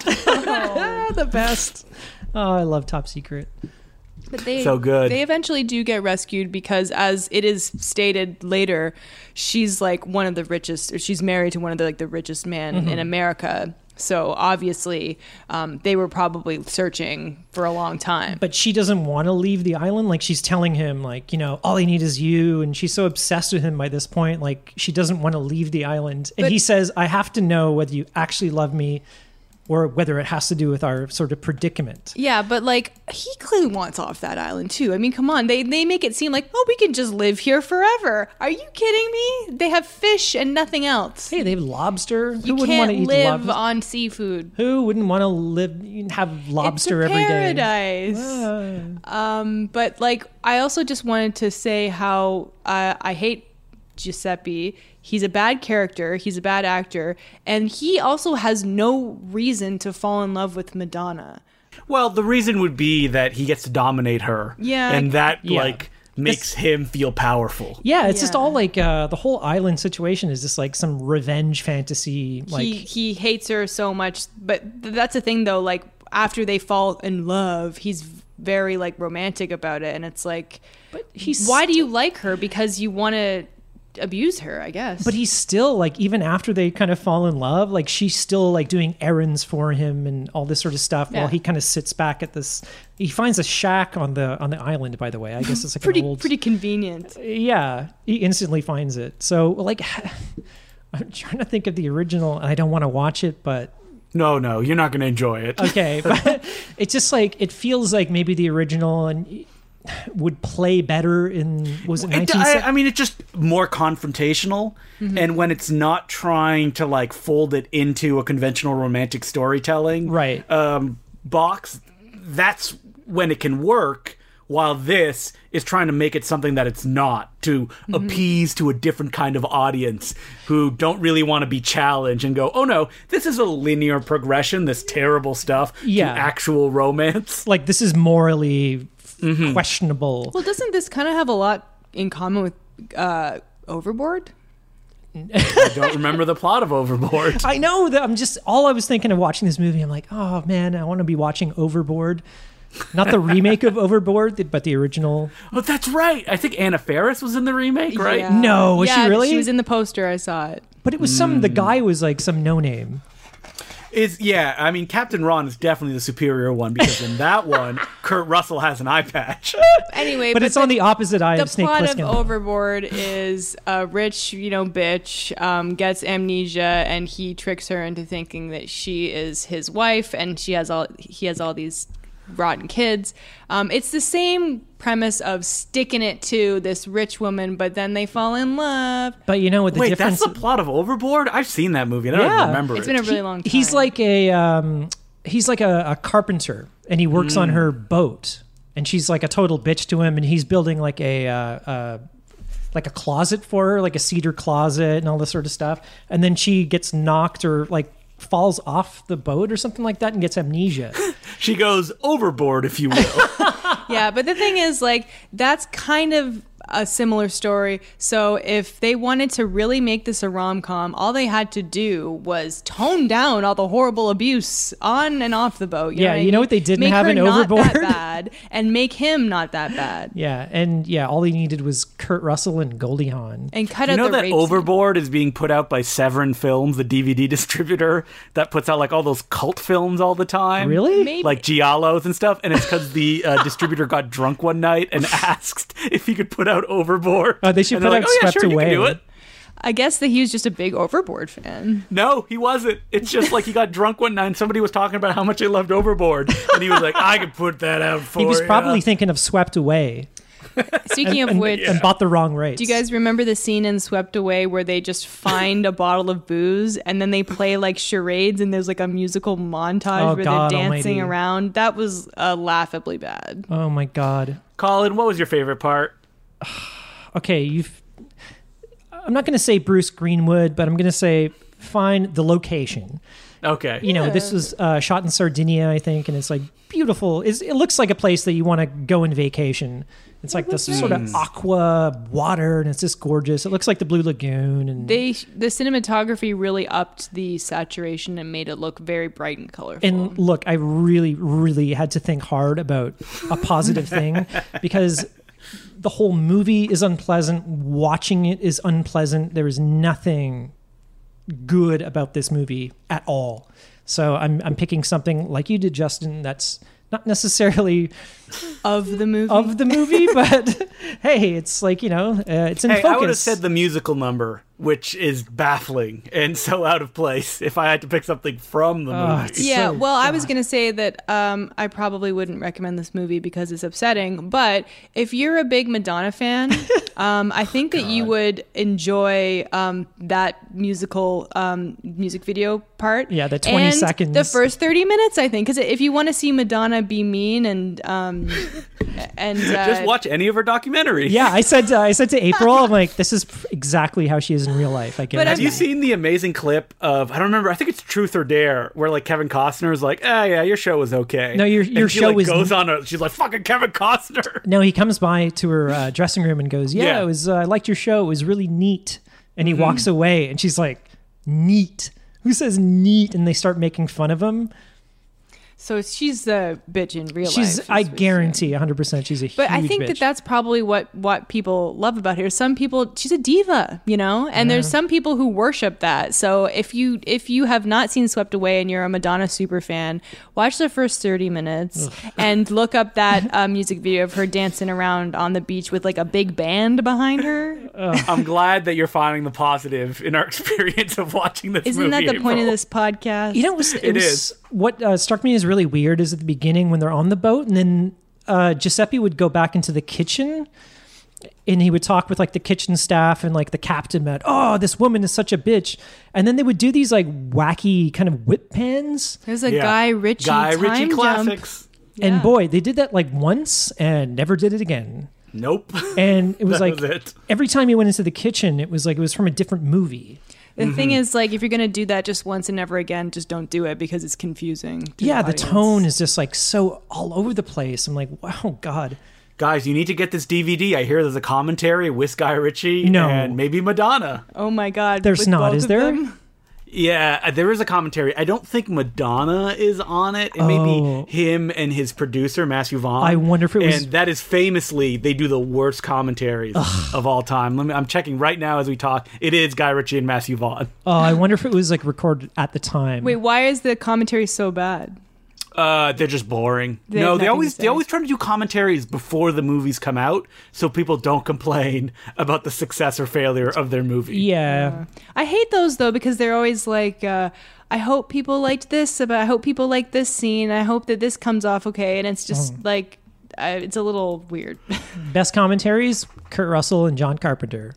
[SPEAKER 2] Secret.
[SPEAKER 3] the best. Oh, I love Top Secret.
[SPEAKER 1] But they
[SPEAKER 2] So good.
[SPEAKER 1] They eventually do get rescued because, as it is stated later, she's like one of the richest. Or she's married to one of the like the richest men
[SPEAKER 3] Mm-hmm.
[SPEAKER 1] in America. So obviously, um, they were probably searching for a long time.
[SPEAKER 3] But she doesn't want to leave the island. Like she's telling him, like you know, all I need is you. And she's so obsessed with him by this point. Like she doesn't want to leave the island. And
[SPEAKER 1] But-
[SPEAKER 3] he says, "I have to know whether you actually love me, or whether it has to do with our sort of predicament."
[SPEAKER 1] yeah, but like he clearly wants off that island too. I mean, come on, they they make it seem like oh, we can just live here forever. Are you kidding me? They have fish and nothing else.
[SPEAKER 3] Hey, they have lobster. Who
[SPEAKER 1] you
[SPEAKER 3] wouldn't
[SPEAKER 1] can't
[SPEAKER 3] want to eat
[SPEAKER 1] live
[SPEAKER 3] lobster?
[SPEAKER 1] on seafood.
[SPEAKER 3] Who wouldn't want to live have lobster
[SPEAKER 1] it's a
[SPEAKER 3] every day?
[SPEAKER 1] paradise.
[SPEAKER 3] Uh,
[SPEAKER 1] Um, but like, I also just wanted to say how uh, I hate Giuseppe. He's a bad character. He's a bad actor, and he also has no reason to fall in love with Madonna.
[SPEAKER 2] Well, the reason would be that he gets to dominate her.
[SPEAKER 1] Yeah.
[SPEAKER 2] And that
[SPEAKER 3] Yeah.
[SPEAKER 2] like makes him feel powerful.
[SPEAKER 3] yeah, it's just
[SPEAKER 1] Yeah.
[SPEAKER 3] all like uh, the whole island situation is just like some revenge fantasy. Like
[SPEAKER 1] he he hates her so much. But th- that's the thing, though. Like after they fall in love, he's very like romantic about it, and it's like, but
[SPEAKER 3] he's
[SPEAKER 1] why do you like her? Because you want to abuse her, I guess.
[SPEAKER 3] But he's still like, even after they kind of fall in love, like she's still like doing errands for him and all this sort of stuff. While
[SPEAKER 1] Yeah.
[SPEAKER 3] he kind of sits back at this, he finds a shack on the on the island. By the way, I guess it's like
[SPEAKER 1] pretty
[SPEAKER 3] an old,
[SPEAKER 1] pretty convenient.
[SPEAKER 3] yeah. He instantly finds it. So like, I'm trying to think of the original. I don't want to watch it, but
[SPEAKER 2] No, no, you're not gonna enjoy it.
[SPEAKER 3] okay but it's just like it feels like maybe the original and would play better in was it
[SPEAKER 2] It,
[SPEAKER 3] 19
[SPEAKER 2] I, I mean, it's just more confrontational,
[SPEAKER 3] Mm-hmm.
[SPEAKER 2] and when it's not trying to like fold it into a conventional romantic storytelling
[SPEAKER 3] Right.
[SPEAKER 2] um, box, that's when it can work. While this is trying to make it something that it's not to
[SPEAKER 3] Mm-hmm.
[SPEAKER 2] appease to a different kind of audience who don't really want to be challenged and go, oh no, this is a linear progression, this terrible stuff
[SPEAKER 3] Yeah.
[SPEAKER 2] to actual romance.
[SPEAKER 3] like this is morally f-
[SPEAKER 1] Mm-hmm.
[SPEAKER 3] questionable
[SPEAKER 1] Well, doesn't this kind of have a lot in common with uh, Overboard?
[SPEAKER 2] I don't remember the plot of Overboard.
[SPEAKER 3] i know that i'm just all i was thinking of watching this movie i'm like oh man i want to be watching overboard not the remake of overboard but the original
[SPEAKER 2] Oh, that's right. I think Anna Faris was in the remake, right?
[SPEAKER 1] Yeah.
[SPEAKER 3] No, was she
[SPEAKER 1] yeah,
[SPEAKER 3] really?
[SPEAKER 1] She was in the poster. I saw it.
[SPEAKER 3] but it was some
[SPEAKER 2] Hmm.
[SPEAKER 3] the guy was like some no name
[SPEAKER 2] Is yeah. I mean, Captain Ron is definitely the superior one because in that one, Kurt Russell has an eye patch.
[SPEAKER 1] Anyway,
[SPEAKER 3] but, it's on the opposite eye
[SPEAKER 1] the
[SPEAKER 3] of snake
[SPEAKER 1] plot
[SPEAKER 3] plissken
[SPEAKER 1] of Overboard is a rich, you know, bitch um, gets amnesia and he tricks her into thinking that she is his wife and she has all he has all these rotten kids. Um, it's the same premise of sticking it to this rich woman, but then they fall in love.
[SPEAKER 3] but you know what the
[SPEAKER 2] Wait,
[SPEAKER 3] difference
[SPEAKER 2] that's the plot of Overboard. I've seen that movie. and I don't
[SPEAKER 3] Yeah.
[SPEAKER 2] remember
[SPEAKER 1] It's
[SPEAKER 2] it.
[SPEAKER 1] been a really
[SPEAKER 3] He-
[SPEAKER 1] long time.
[SPEAKER 3] He's like a um, he's like a, a carpenter, and he works on her boat, and she's like a total bitch to him, and he's building like a. Uh, uh, like a closet for her, like a cedar closet and all this sort of stuff. And then she gets knocked or like falls off the boat or something like that and gets amnesia.
[SPEAKER 2] she goes overboard, if you will.
[SPEAKER 1] yeah, but the thing is, like, that's kind of a similar story. So if they wanted to really make this a rom com, all they had to do was tone down all the horrible abuse on and off the boat. You
[SPEAKER 3] Yeah,
[SPEAKER 1] know what, I
[SPEAKER 3] you know
[SPEAKER 1] mean?
[SPEAKER 3] what they didn't
[SPEAKER 1] make
[SPEAKER 3] have
[SPEAKER 1] her
[SPEAKER 3] in
[SPEAKER 1] not that
[SPEAKER 3] Overboard?
[SPEAKER 1] bad and make him not that bad,
[SPEAKER 3] yeah. And yeah, all he needed was Kurt Russell and Goldie Hawn.
[SPEAKER 1] and cut
[SPEAKER 2] you
[SPEAKER 1] out
[SPEAKER 2] know
[SPEAKER 1] the
[SPEAKER 2] that
[SPEAKER 1] rape scene.
[SPEAKER 2] Overboard is being put out by Severin Films, the DVD distributor that puts out like all those cult films all the time.
[SPEAKER 3] Really?
[SPEAKER 1] Maybe-
[SPEAKER 2] Like giallos and stuff, and it's because the uh, distributor got drunk one night and asked if he could put out Overboard.
[SPEAKER 3] Oh, they should
[SPEAKER 2] And they're
[SPEAKER 3] put out
[SPEAKER 2] "Oh, yeah,
[SPEAKER 3] Swept
[SPEAKER 2] sure, you can do
[SPEAKER 3] Away."
[SPEAKER 2] it."
[SPEAKER 1] I guess that he was just a big Overboard fan.
[SPEAKER 2] No, he wasn't. It's just like he got drunk one night and somebody was talking about how much they loved Overboard. And he was like, I could put that out for
[SPEAKER 3] He was probably
[SPEAKER 2] ya."
[SPEAKER 3] thinking of Swept Away.
[SPEAKER 1] Speaking of
[SPEAKER 3] and,
[SPEAKER 1] which,
[SPEAKER 3] and bought the wrong rates.
[SPEAKER 1] do you guys remember the scene in Swept Away where they just find a bottle of booze and then they play like charades and there's like a musical montage
[SPEAKER 3] Oh,
[SPEAKER 1] where
[SPEAKER 3] God
[SPEAKER 1] they're dancing
[SPEAKER 3] almighty.
[SPEAKER 1] around? That was uh, laughably bad.
[SPEAKER 3] Oh my god.
[SPEAKER 2] Colin, what was your favorite part?
[SPEAKER 3] Okay, you've. I'm not going to say Bruce Greenwood, but I'm going to say find the location.
[SPEAKER 2] Okay.
[SPEAKER 3] you know this was uh, shot in sardinia i think and it's like beautiful it's, it looks like a place that you want to go on vacation it's like this sort of aqua water and it's just gorgeous it looks like the blue lagoon and
[SPEAKER 1] They the cinematography really upped the saturation and made it look very bright and colorful.
[SPEAKER 3] and look i really really had to think hard about a positive thing because the whole movie is unpleasant watching it is unpleasant there is nothing good about this movie at all so i'm, I'm picking something like you did justin that's not necessarily
[SPEAKER 1] of the movie,
[SPEAKER 3] of the movie, but hey, it's like you know, uh, it's in
[SPEAKER 2] Hey,
[SPEAKER 3] focus.
[SPEAKER 2] I would have said the musical number, which is baffling and so out of place if I had to pick something from the
[SPEAKER 3] Oh,
[SPEAKER 2] movie.
[SPEAKER 3] it's
[SPEAKER 1] Yeah,
[SPEAKER 3] so-
[SPEAKER 1] well, I was going to say that um, I probably wouldn't recommend this movie because it's upsetting. But if you're a big Madonna fan, um, I think that you would enjoy um, that musical um, music video part.
[SPEAKER 3] Yeah, the 20
[SPEAKER 1] and
[SPEAKER 3] seconds.
[SPEAKER 1] The first 30 minutes, I think. Because if you want to see Madonna be mean and. Um, and uh,
[SPEAKER 2] Just watch any of her documentaries.
[SPEAKER 3] yeah, I said uh, I said to April, I'm like, this is pr- exactly how she is in real life. I
[SPEAKER 1] But
[SPEAKER 3] guess.
[SPEAKER 2] Have you seen the amazing clip of I don't remember I think it's Truth or Dare where like Kevin Costner is like ah yeah your show was okay
[SPEAKER 3] No, your-
[SPEAKER 2] And
[SPEAKER 3] your
[SPEAKER 2] she,
[SPEAKER 3] show
[SPEAKER 2] like,
[SPEAKER 3] was-
[SPEAKER 2] goes on a, she's like fucking Kevin Costner
[SPEAKER 3] No, he comes by to her uh, dressing room and goes, "Yeah,
[SPEAKER 2] Yeah. Mm-hmm.
[SPEAKER 3] it was. Uh, I liked your show. It was really neat." And he walks away, and she's like, "Neat." Who says neat? And they start making fun of him.
[SPEAKER 1] so she's the bitch in real life.
[SPEAKER 3] She's,
[SPEAKER 1] is what
[SPEAKER 3] I
[SPEAKER 1] you're saying.
[SPEAKER 3] guarantee, 100. percent She's a huge
[SPEAKER 1] But I think that
[SPEAKER 3] bitch.
[SPEAKER 1] that's probably what what people love about her. Some people, she's a diva, you know, and there's some people who worship that. So if you if you have not seen Swept Away and you're a Madonna super fan, watch the first 30 minutes and look up that uh, music video of her dancing around on the beach with like a big band behind her.
[SPEAKER 2] I'm glad that you're finding the positive in our experience of watching this
[SPEAKER 1] Isn't that
[SPEAKER 2] movie,
[SPEAKER 1] the point of
[SPEAKER 2] April.
[SPEAKER 1] this podcast?
[SPEAKER 3] You know, it was, it
[SPEAKER 2] It
[SPEAKER 3] was-
[SPEAKER 2] is.
[SPEAKER 3] What uh, struck me as really weird is at the beginning when they're on the boat, and then uh, Giuseppe would go back into the kitchen, and he would talk with like the kitchen staff and like the captain about, oh, this woman is such a bitch, and then they would do these like wacky kind of whip pans,
[SPEAKER 1] there's a
[SPEAKER 2] Yeah.
[SPEAKER 1] Guy Ritchie
[SPEAKER 2] Guy
[SPEAKER 1] time
[SPEAKER 2] Ritchie
[SPEAKER 1] jump.
[SPEAKER 2] classics
[SPEAKER 1] Yeah.
[SPEAKER 3] and boy, they did that like once and never did it again,
[SPEAKER 2] nope
[SPEAKER 3] and it was
[SPEAKER 2] That
[SPEAKER 3] like
[SPEAKER 2] was it.
[SPEAKER 3] every time he went into the kitchen, it was like it was from a different movie.
[SPEAKER 1] The thing
[SPEAKER 2] Mm-hmm.
[SPEAKER 1] is, like, if you're gonna do that just once and never again, just don't do it because it's confusing. to
[SPEAKER 3] Yeah, the
[SPEAKER 1] audience.
[SPEAKER 3] tone is just like so all over the place. I'm like, wow, God.
[SPEAKER 2] guys you need to get this DVD I hear there's a commentary with Guy Ritchie
[SPEAKER 3] No.
[SPEAKER 2] and maybe Madonna
[SPEAKER 1] Oh my God!
[SPEAKER 3] There's
[SPEAKER 1] with
[SPEAKER 3] not,
[SPEAKER 1] both
[SPEAKER 3] is
[SPEAKER 1] of
[SPEAKER 3] there?
[SPEAKER 1] them?
[SPEAKER 2] Yeah, uh, there is a commentary. I don't think Madonna is on it. It may
[SPEAKER 3] Oh.
[SPEAKER 2] be him and his producer Matthew Vaughn.
[SPEAKER 3] I wonder if it was-
[SPEAKER 2] And that is famously they do the worst commentaries of all time. Let me, I'm checking right now as we talk. It is Guy Ritchie and Matthew Vaughn.
[SPEAKER 3] Oh, I wonder if it was like recorded at the time.
[SPEAKER 1] Wait, why is the commentary so bad?
[SPEAKER 2] Uh, they're just boring.
[SPEAKER 1] They
[SPEAKER 2] no,
[SPEAKER 1] have
[SPEAKER 2] they
[SPEAKER 1] nothing
[SPEAKER 2] always
[SPEAKER 1] to
[SPEAKER 2] they
[SPEAKER 1] say.
[SPEAKER 2] always try to do commentaries before the movies come out, so people don't complain about the success or failure of their movie.
[SPEAKER 3] Yeah.
[SPEAKER 1] I hate those though because they're always like, uh, I hope people liked this, but I hope people like this scene. I hope that this comes off okay, and it's just like, uh, it's a little weird.
[SPEAKER 3] Best commentaries Kurt Russell and John Carpenter.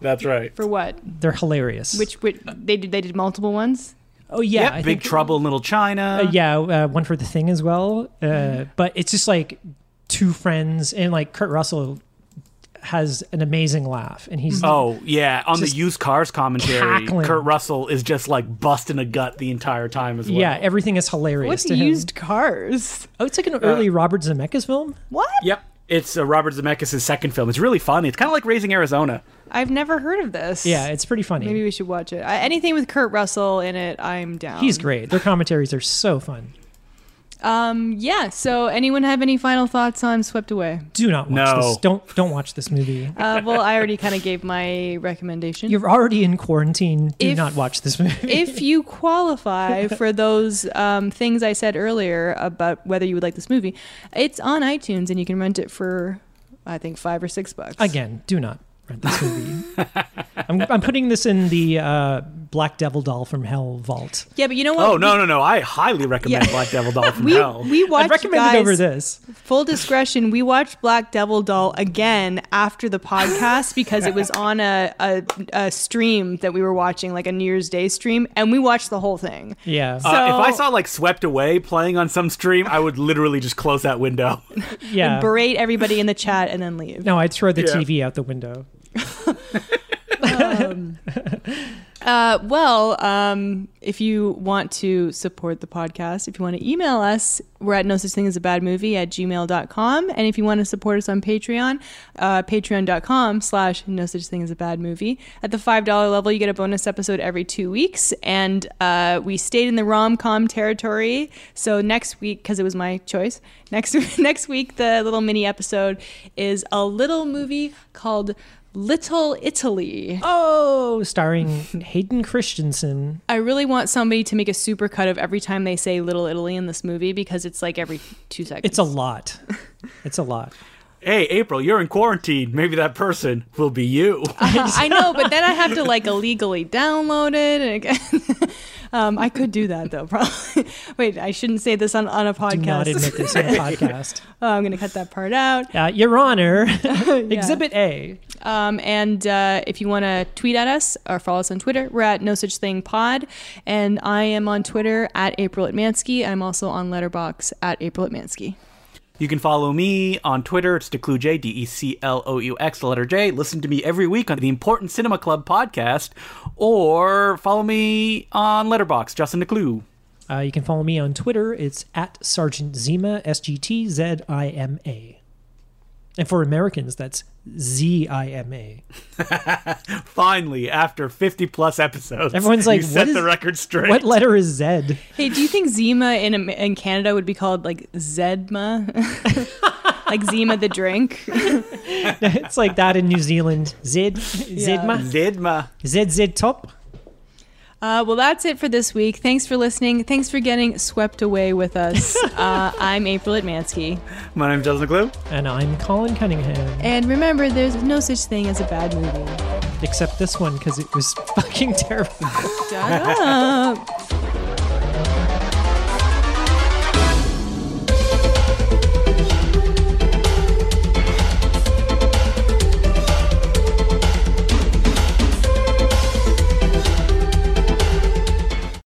[SPEAKER 2] That's right.
[SPEAKER 1] For what?
[SPEAKER 3] They're hilarious.
[SPEAKER 1] Which, which they did? They did multiple ones.
[SPEAKER 3] oh yeah,
[SPEAKER 2] Yep,
[SPEAKER 3] I
[SPEAKER 2] Big
[SPEAKER 3] think-
[SPEAKER 2] Trouble in Little China.
[SPEAKER 3] uh, yeah, uh, one for the thing as well. Uh,
[SPEAKER 1] Mm-hmm.
[SPEAKER 3] But it's just like two friends, and like Kurt Russell has an amazing laugh, and he's
[SPEAKER 2] Oh yeah, on
[SPEAKER 3] Just
[SPEAKER 2] the used cars commentary,
[SPEAKER 3] cackling.
[SPEAKER 2] Kurt Russell is just like busting a gut the entire time as well.
[SPEAKER 3] yeah, everything is hilarious.
[SPEAKER 1] What's
[SPEAKER 3] to him.
[SPEAKER 1] used cars?
[SPEAKER 3] Oh, it's like an early Robert Zemeckis film.
[SPEAKER 1] What?
[SPEAKER 2] Yep. It's uh, Robert Zemeckis' second film. It's really funny. It's kind of like Raising Arizona.
[SPEAKER 1] I've never heard of this.
[SPEAKER 3] Yeah, it's pretty funny.
[SPEAKER 1] Maybe we should watch it. I, anything with Kurt Russell in it, I'm down.
[SPEAKER 3] He's great. Their commentaries are so fun.
[SPEAKER 1] Um, yeah. So, anyone have any final thoughts on Swept Away?
[SPEAKER 3] Do not watch
[SPEAKER 2] No.
[SPEAKER 3] this. Don't don't watch this movie.
[SPEAKER 1] Uh, well, I already kind of gave my recommendation.
[SPEAKER 3] You're already in quarantine. Do
[SPEAKER 1] If-
[SPEAKER 3] not watch this movie.
[SPEAKER 1] if you qualify for those um, things I said earlier about whether you would like this movie, it's on iTunes and you can rent it for, I think, five or six bucks.
[SPEAKER 3] Again, do not rent this movie. I'm, I'm putting this in the uh, Black Devil Doll from Hell Vault.
[SPEAKER 1] Yeah, but you know what?
[SPEAKER 2] Oh no no no! I highly recommend
[SPEAKER 1] Yeah.
[SPEAKER 2] Black Devil Doll from
[SPEAKER 1] We
[SPEAKER 2] Hell.
[SPEAKER 1] we watched
[SPEAKER 3] I'd recommend
[SPEAKER 1] guys,
[SPEAKER 3] it over this.
[SPEAKER 1] Full discretion, we watched Black Devil Doll again after the podcast because it was on a, a a stream that we were watching, like a New Year's Day stream, and we watched the whole thing.
[SPEAKER 3] Yeah.
[SPEAKER 2] Uh, if I
[SPEAKER 1] So-
[SPEAKER 2] saw like Swept Away playing on some stream, I would literally just close that window.
[SPEAKER 3] yeah.
[SPEAKER 1] Berate everybody in the chat and then leave.
[SPEAKER 3] no, I'd throw the
[SPEAKER 2] Yeah.
[SPEAKER 3] TV out the window.
[SPEAKER 1] Uh, well, um, if you want to support the podcast, if you want to email us, we're at no such thing as a bad movie at gmail.com. And if you want to support us on Patreon, uh, patreon.com slash no such thing as a bad movie. At the $5 level, you get a bonus episode every two weeks. And uh, we stayed in the rom com territory. So next week, because it was my choice, next, next week, the little mini episode is a little movie called Little Italy.
[SPEAKER 3] Oh, starring Hayden Christensen.
[SPEAKER 1] I really want somebody to make a supercut of every time they say Little Italy in this movie because it's like every two seconds.
[SPEAKER 3] It's a lot. It's a lot.
[SPEAKER 2] hey, April, you're in quarantine. Maybe that person will be you.
[SPEAKER 1] Uh-huh. I know, but then I have to like illegally download it. And again, um, I could do that though, probably. Wait, I shouldn't say this on, on a
[SPEAKER 3] Do not
[SPEAKER 1] podcast.
[SPEAKER 3] admit this on a podcast.
[SPEAKER 1] Oh, I'm going to cut that part out.
[SPEAKER 3] Uh, Your Honor, Exhibit A.
[SPEAKER 1] Um, and uh, if you want to tweet at us or follow us on Twitter, we're at No Such Thing Pod. And I am on Twitter at April at Mansky. I'm also on Letterbox at April at Mansky.
[SPEAKER 2] You can follow me on Twitter. It's DeCluJ, D E C L O U X, the letter J. Listen to me every week on the Important Cinema Club podcast, or follow me on Letterbox, Justin DeClue.
[SPEAKER 3] Uh, you can follow me on Twitter. It's at Sergeant Zima, S G T Z I M A. And for Americans, that's Z I M A.
[SPEAKER 2] Finally, after 50 plus episodes,
[SPEAKER 3] Everyone's like,
[SPEAKER 2] you
[SPEAKER 3] "What
[SPEAKER 2] set
[SPEAKER 3] is-
[SPEAKER 2] the record straight.
[SPEAKER 3] What letter is Z?
[SPEAKER 1] Hey, do you think Zima in Am- in Canada would be called like Zedma? like Zima the drink?
[SPEAKER 3] it's like that in New Zealand. Zed, Zedma,
[SPEAKER 2] Zidma.
[SPEAKER 3] Zed Zed Top.
[SPEAKER 1] Uh, well, that's it for this week. Thanks for listening. Thanks for getting swept away with us. Uh, I'm April Atmansky.
[SPEAKER 2] My name's Justin DeClue.
[SPEAKER 3] And I'm Colin Cunningham.
[SPEAKER 1] And remember, there's no such thing as a bad movie.
[SPEAKER 3] Except this one because it was fucking terrible.
[SPEAKER 1] Shut up.